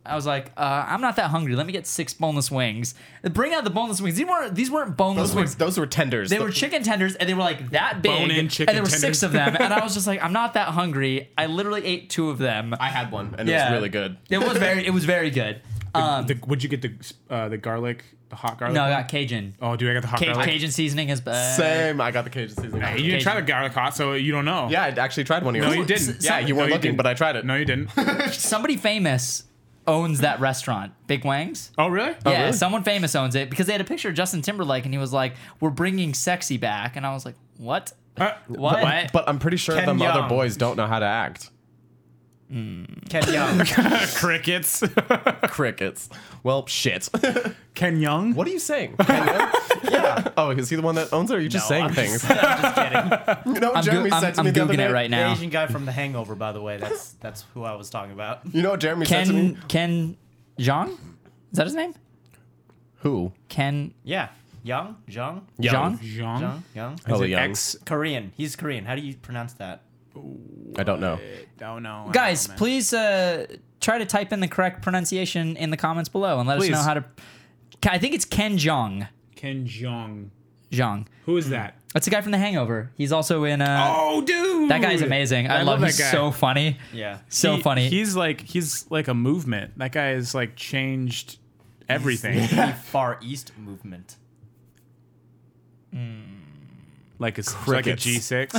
I was like, uh, I'm not that hungry. Let me get six boneless wings. Bring out the boneless wings. These weren't these weren't boneless
Those were
wings.
those were tenders.
They were chicken tenders and they were like that big.
Bone-in
and
chicken
there were six
tenders.
of them. And I was just like, I'm not that hungry. I literally ate two of them.
I had one and it
Yeah.
was really good.
It was very it was very good. Um
The- would you get the uh, the garlic, the hot garlic?
no, I
one?
got Cajun.
oh, dude, I got the hot
Ca-
garlic.
Cajun seasoning is bad.
Same. I got the Cajun seasoning.
Hey, you didn't try the garlic hot, so you don't know.
Yeah, I actually tried one of yours.
No, you didn't.
Yeah, you
No,
weren't looking,
didn't.
but I tried it.
No, you didn't.
Somebody famous owns that restaurant. Big Wangs.
Oh, really?
yeah,
really?
someone famous owns it because they had a picture of Justin Timberlake and he was like, "We're bringing sexy back," and I was like, "What?
Uh,
What?"
But, but I'm pretty sure
Ken
the other
Young.
boys don't know how to act.
Ken Young.
crickets.
Crickets. Well, shit.
Ken Young.
what are you saying? Ken Young? yeah. Oh, is he the one that owns it? Or are you just
No,
saying
I'm
things?
Just, I'm just kidding.
you know, what
I'm, go-
Jeremy
I'm,
said to
I'm
me the other
googling
day.
it right
The
now.
Asian guy from The Hangover, by the way. That's that's who I was talking about.
You know what Jeremy said to
Ken
me?
Ken Zhang, is that his name?
Who?
Ken
Yeah, Young, Jung,
Zhang.
Young.
Jung, Young.
Oh,
Is it
Young.
X?
Korean. He's Korean. How do you pronounce that?
I don't know.
Don't know. I don't
Guys,
Oh,
know, man.
please uh, try to type in the correct pronunciation in the comments below and let
Please.
us know how to. K- I think it's Ken Zhang.
Ken Jong.
Zhang.
Who is that?
That's the guy from The Hangover. He's also in. Hmm. Uh,
Oh, dude.
that guy's amazing. I, love, him. He's so funny.
Yeah.
So
He-
funny.
He's like he's like a movement. That guy has like changed everything.
The Far East movement.
like it's like a
Crickets.
G six.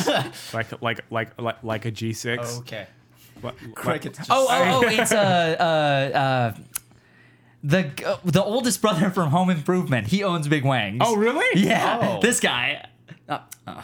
like like like like like a G six.
Okay.
Crickets.
Oh, oh, oh it's uh, uh, uh, the uh, the oldest brother from Home Improvement. He owns Big Wangs.
Oh, really?
Yeah,
Oh.
this guy. Uh, uh,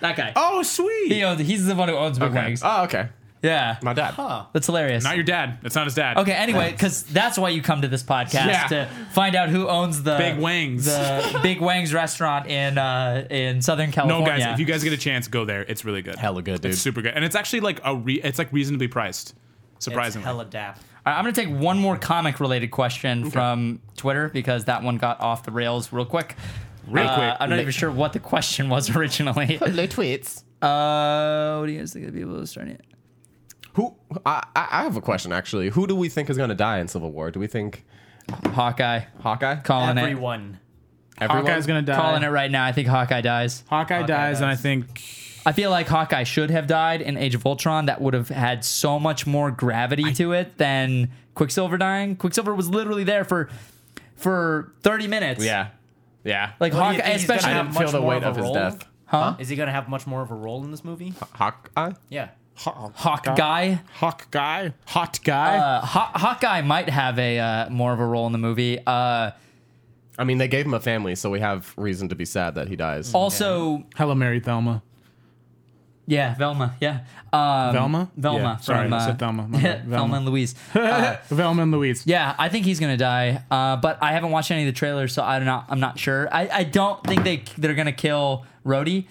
That guy.
Oh, sweet.
He owns, he's the one who owns Big
Okay.
Wings.
Oh, okay.
Yeah.
My dad.
That's hilarious.
Not your dad. That's not his dad.
okay, anyway, because that's why you come to this podcast
Yeah.
to find out who owns the
Big Wings.
the Big Wang's restaurant in uh, in Southern
No,
California.
guys, if you guys get a chance, go there. It's really good.
Hella good, dude.
It's super good, and it's actually like a re- it's like reasonably priced. Surprisingly,
Hella dap.
All right, I'm going to take one more comic related question from Twitter because that one got off the rails real quick.
Real
Uh,
quick.
I'm not even sure what the question was originally.
No tweets.
Uh, what do you guys think of people starting it?
Who? I, I I have a question actually. Who do we think is going to die in Civil War? Do we think
Hawkeye.
Hawkeye?
Calling it.
Everyone.
Everyone?
Hawkeye's gonna die.
Calling it right now. I think Hawkeye dies.
Hawkeye, dies,
dies.
and I think
I feel like Hawkeye should have died in Age of Ultron. That would have had so much more gravity to it than Quicksilver dying. Quicksilver was literally there for for 30 minutes.
Yeah. Yeah.
Like
What do
Hawkeye,
you think he's gonna
I
especially.
have?
didn't
much
feel the
more
weight
of a
of his
role?
death.
Huh?
Is he gonna have much more of a role in this movie?
Hawkeye.
Yeah.
Hawkeye.
Hawk guy, hot guy.
Uh, Haw- Hawkeye might have a uh, more of a role in the movie. Uh,
I mean, they gave him a family, so we have reason to be sad that he dies.
also,
Hello, Mary Thelma.
yeah, Velma. Yeah. Um,
Velma?
Velma.
Yeah,
From,
sorry, I
uh,
said Thelma. My bad.
Velma
Velma.
and Louise. Uh,
Velma and Louise.
Yeah, I think he's gonna die. Uh, but I haven't watched any of the trailers, so I'm not. I'm not sure. I, I don't think they they're gonna kill Rhodey,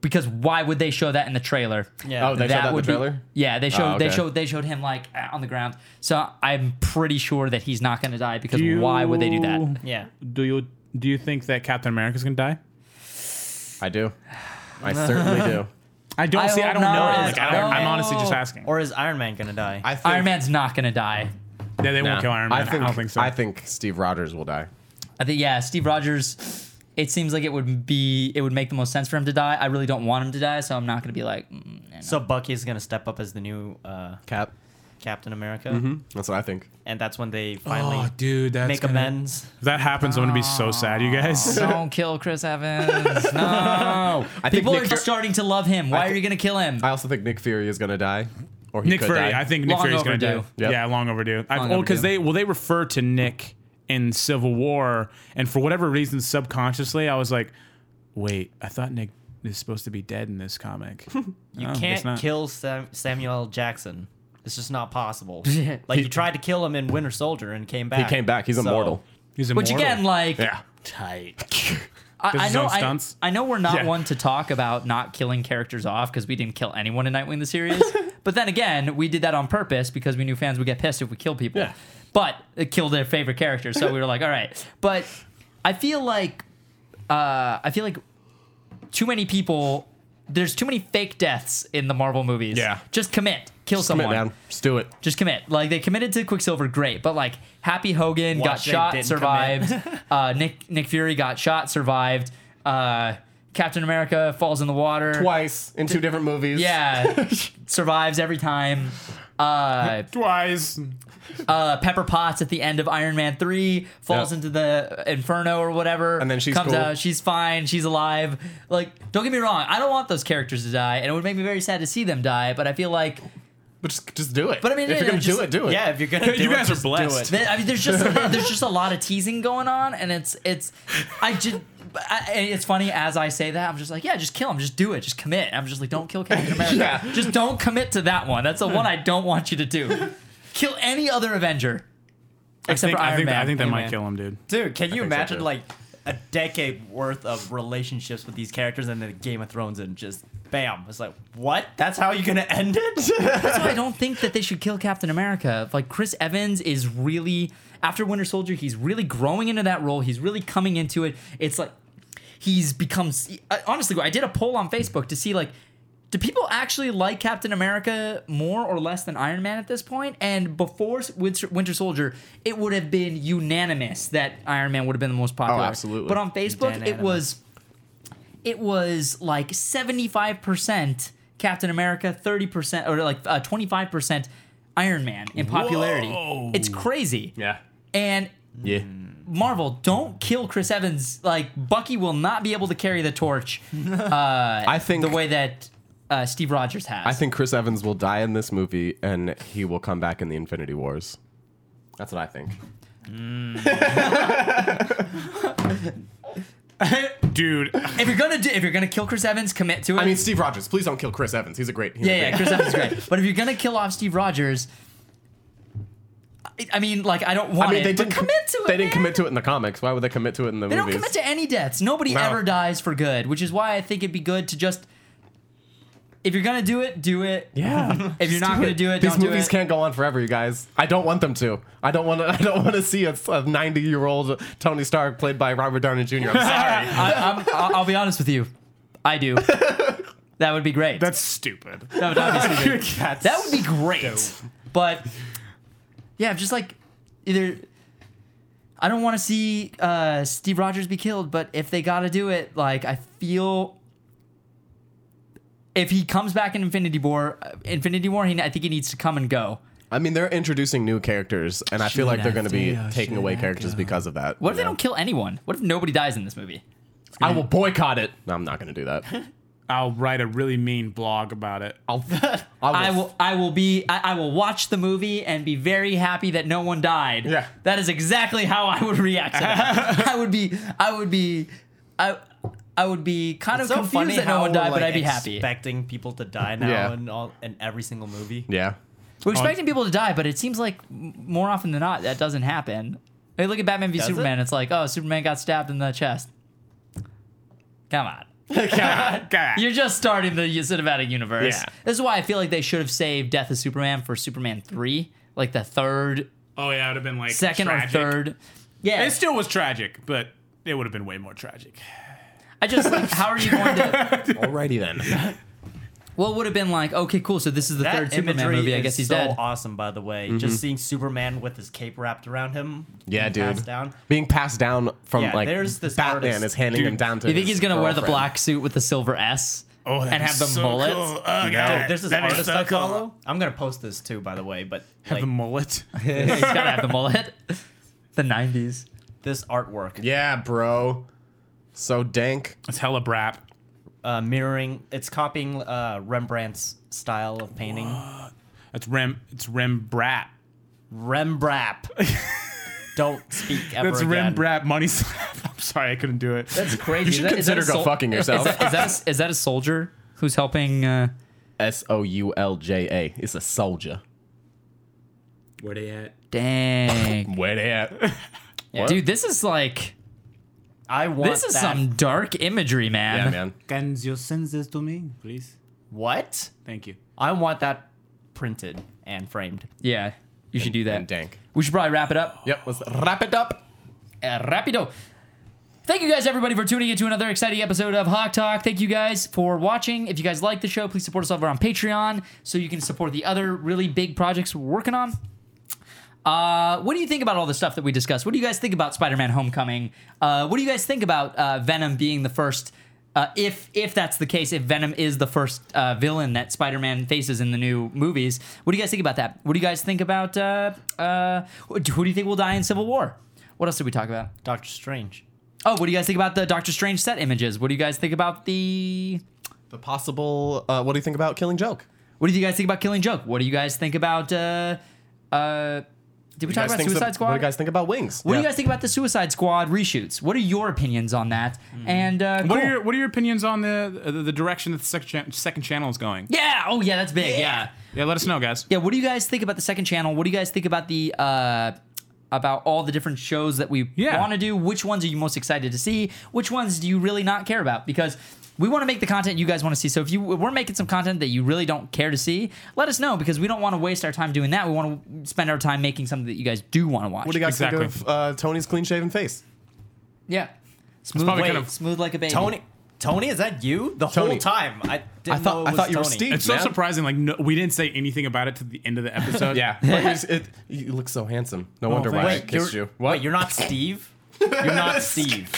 because why would they show that in the trailer?
Yeah.
Oh, they- showed that in the
would be-
trailer? Ah,
yeah, they showed they
okay.
showed they showed him like uh, on the ground. So I'm pretty sure that he's not gonna die because
Do you-
why would they do that?
yeah.
Do you do you think that Captain America's gonna die?
I do. I certainly do.
I don't
I
see. I
hope
don't know.
not.
Like, I don't, I'm
No.
honestly just asking.
Or is Iron Man gonna die?
I think,
Iron Man's not gonna die.
yeah, they
Nah.
won't kill Iron Man. I, don't think so.
I think Steve Rogers will die.
I think yeah, Steve Rogers. It seems like it would be it would make the most sense for him to die. I really don't want him to die, so I'm not gonna be like. Mm, eh, no.
so Bucky's gonna step up as the new uh,
Cap.
Captain America,
That's what I think.
and that's when they finally
Oh,
dude, that's
make
gonna-
amends.
If that happens, I'm gonna be so sad, you guys.
Don't kill Chris Evans. No.
I think
People
Nick
are
Fury-
just starting to love him. Why
thi-
are you going to kill him?
I also think Nick Fury is going to die, or he
Nick
could
Fury.
die.
I think Nick
Long
Fury's going to do.
overdue.
Yep.
Yeah, long overdue. I,
Long
well, because
overdue.
they well they refer to Nick in Civil War, and for whatever reason, subconsciously, I was like, wait, I thought Nick is supposed to be dead in this comic.
You
Oh, guess
can't
not.
kill Sam- Samuel L. Jackson. It's just not possible. like you tried to kill him in Winter Soldier and came back.
he came back. He's
So-
immortal.
He's
Which
immortal.
again, like,
Yeah.
Does
I, I
his
know
own
I,
stunts?
I know we're not
Yeah.
one to talk about not killing characters off because we didn't kill anyone in Nightwing the series. but then again, we did that on purpose because we knew fans would get pissed if we killed people.
Yeah.
But it killed their favorite character, so we were like, all right. But I feel like uh, I feel like too many people. There's too many fake deaths in the Marvel movies.
Yeah.
Just commit. Kill someone.
Commit, man. Just do it.
just commit. Like they committed to Quicksilver, great, but like Happy Hogan got
Watch, they
shot,
didn't
survived. uh, Nick Nick Fury got shot, survived. Uh, Captain America falls in the water.
Twice in two different movies.
Yeah, survives every time. Uh,
twice.
uh, Pepper Potts at the end of Iron Man three falls
Yeah.
into the inferno or whatever,
And then she's
comes
cool.
out. She's fine. She's alive. Like, don't get me wrong. I don't want those characters to die, and it would make me very sad to see them die. But I feel like
But just, just do it.
But I mean,
if
yeah,
you're going to
just-
do it, do it.
Yeah, if you're gonna, do
You
it,
guys are
just do
blessed.
it.
Th- I mean, there's just there's just a lot of teasing going on, and it's it's I just I, and it's funny as I say that I'm just like yeah, just kill him, just do it, just commit. I'm just like don't kill Captain America,
Yeah.
just don't commit to that one. That's the one I don't want you to do. Kill any other Avenger
I
except
think,
for Iron
I think,
Man.
I think that
Iron
might
Man.
kill him, dude.
Dude, can
think
you
so,
imagine
too.
like a decade worth of relationships with these characters and then Game of Thrones and just bam? It's like, what? That's how you're gonna end it?
That's why I don't think that they should kill Captain America. Like Chris Evans is really after Winter Soldier, he's really growing into that role. He's really coming into it. It's like he's become I- honestly. I did a poll on Facebook to see like do people actually like Captain America more or less than Iron Man at this point? And before Winter Winter Soldier, it would have been unanimous that Iron Man would have been the most popular.
absolutely.
But on Facebook, it
Unanimous.
was it was like 75% Captain America, 30% or like uh, 25% Iron Man in popularity.
Whoa.
It's crazy.
Yeah.
And
Yeah.
Marvel, don't kill Chris Evans. Like Bucky will not be able to carry the torch
I think
the way that uh, Steve Rogers has.
I think Chris Evans will die in this movie, and he will come back in the Infinity Wars. That's what I think.
dude.
If you're gonna do, if you're gonna kill Chris Evans, commit to it.
I mean, Steve Rogers. Please don't kill Chris Evans. He's a great. Human
yeah, yeah,
being.
Chris Evans is great. But if you're gonna kill off Steve Rogers, I, I mean, like I don't want
I mean,
it.
they
but
didn't
commit to it.
They didn't
man.
commit to it in the comics. Why would they commit to it in the
They don't
movies?
commit to any deaths. Nobody
No.
ever dies for good, which is why I think it'd be good to just. If you're gonna do it, do it.
yeah.
If you're not gonna do it,
These
don't do
movies
it.
can't go on forever, you guys. I don't want them to. I don't want to. I don't want to see a 90 year old Tony Stark played by Robert Downey Jr. I'm sorry.
I, I'm, I'll, I'll be honest with you, I do. that would be great.
That's stupid.
that would obviously be
That's
That would be great. But yeah, I'm just like either I don't want to see uh, Steve Rogers be killed, but if they got to do it, like I feel if he comes back in Infinity War, uh, Infinity War, he, I think he needs to come and go.
I mean, they're introducing new characters, and I feel
Should
like they're
I
going to be
do,
taking
should
away
I
characters
go?
because of that.
What if
you
they
know?
don't kill anyone? What if nobody dies in this movie?
I will boycott it. No, I'm not going to do that.
I'll write a really mean blog about it.
Oh,
I'll.
I will. I will be. I, I will watch the movie and be very happy that no one died.
Yeah.
That is exactly how I would react. to that. I would be. I would be. I. I would be kind of
so funny
confused that
how
no one died,
we're,
but
like,
I'd be happy.
Expecting people to die now
Yeah.
in all in every single movie.
Yeah.
We're expecting people to die, but it seems like m- more often than not that doesn't happen. Hey, look at Batman v
Does
Superman. It's like, oh, Superman got stabbed in the chest. Come on.
God.
You're just starting the cinematic universe.
Yeah.
This is why I feel like they should have saved Death of Superman for Superman 3, like the third
Oh yeah, it would have been like
second
tragic.
or third. Yeah,
It still was tragic, but it would have been way more tragic.
I just like, how are you going to?
Alrighty then.
What would have been like? Okay, cool. So this is the
That
third Superman
imagery
movie. I
is
guess he's
so
dead.
awesome, by the way. Just seeing Superman with his cape wrapped around him.
Yeah,
being
dude.
passed down.
Being passed down from
Yeah,
like
there's this
Batman
artist.
is handing him down to.
You think
his
he's gonna wear the
girlfriend.
black suit with the silver S and have the mullet?
Oh
Dude, there's this artist I follow. I'm gonna post this too, by the way. But
Have
like,
the mullet.
he's gotta have the mullet. The '90s.
this artwork,
Yeah, bro. So dank.
It's hella brap.
uh, mirroring, it's copying uh, Rembrandt's style of painting.
It's Rem. It's Rem Brap.
Rembrandt. Don't speak ever
That's Rem
again.
Brap money slap. I'm sorry, I couldn't do it.
That's crazy.
You should consider go fucking yourself.
Is that, is, that a, is that a soldier who's helping? Uh,
S O U L J A. It's a soldier.
Where they at?
dang,
Where they at? What?
dude, this is like
I want
this is
that.
some dark imagery, man.
Yeah, man.
Can you send this to me, please?
what?
Thank you.
I want that printed and framed.
Yeah, you should do that.
And dank.
We should probably wrap it up.
Yep. Let's wrap it up.
uh, rapido. Thank you guys, everybody, for tuning in to another exciting episode of Hawk Talk. Thank you guys for watching. If you guys like the show, please support us over on Patreon so you can support the other really big projects we're working on. Uh, what do you think about all the stuff that we discussed? What do you guys think about Spider-Man: Homecoming? Uh, what do you guys think about uh, Venom being the first? Uh, if if that's the case, if Venom is the first uh, villain that Spider-Man faces in the new movies, what do you guys think about that? What do you guys think about uh, uh, who do you think will die in Civil War? What else did we talk about?
Doctor Strange.
Oh, what do you guys think about the Doctor Strange set images? What do you guys think about the?
The possible. Uh, what do you think about Killing Joke?
What do you guys think about Killing Joke? What do you guys think about? Uh, uh, did we
You
talk
guys
about
think so-
Suicide Squad?
What do you guys think about Wings?
What do you guys think about the Suicide Squad reshoots? What are your opinions on that?
Hmm.
And uh,
What
cool.
are your What are your opinions on the the, the direction that the second chan- second channel is going?
yeah, oh yeah, that's big. Yeah. yeah,
Yeah, let us know, guys.
What do you guys think about the second channel? What do you guys think about the uh, about all the different shows that we
Yeah.
want to do? Which ones are you most excited to see? Which ones do you really not care about? Because we want to make the content you guys want to see. So if you if we're making some content that you really don't care to see, let us know because we don't want to waste our time doing that. We want to spend our time making something that you guys do want to watch.
What do you guys
Exactly.
think of uh, Tony's clean shaven face?
yeah. Smooth,
probably
wait,
kind of-
smooth like a baby.
Tony. Tony, is that you? The
Tony.
whole time. I didn't
I thought-
know it
I
was
thought you were
Tony.
Steve.
It's so
man.
surprising. Like, no, we didn't say anything about it to the end of the episode.
Like, he's- it, you look so handsome. No wonder why I
Oh, Wait,
kissed
you're,
you.
Wait, you're not Steve? You're not Steve.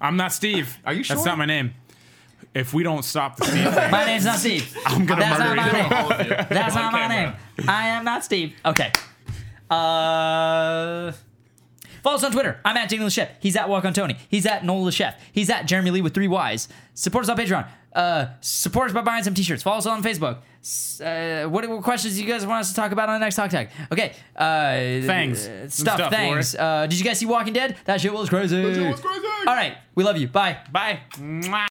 I'm not Steve.
Are you
That's
sure?
not my name. If we don't stop the Steve thing,
My name's not Steve.
I'm gonna
That's
murder
not my
you.
name. That's
On
not my
camera.
name. I am not Steve. Okay. Uh. Follow us on Twitter. I'm at Daniel Chef. He's at Walk on Tony. He's at Noel Chef. He's at Jeremy Lee with three Ys. Support us on Patreon. Uh, support us by buying some T-shirts. Follow us on Facebook. S- Uh, what, what questions do you guys want us to talk about on the next Talk Tag? Okay. Uh,
Thanks.
uh,
Some
Stuff.
stuff,
Thanks.
Lawrence.
Uh, did you guys see Walking Dead? That shit was crazy.
crazy.
All right. We love you. Bye.
Bye. Mwah.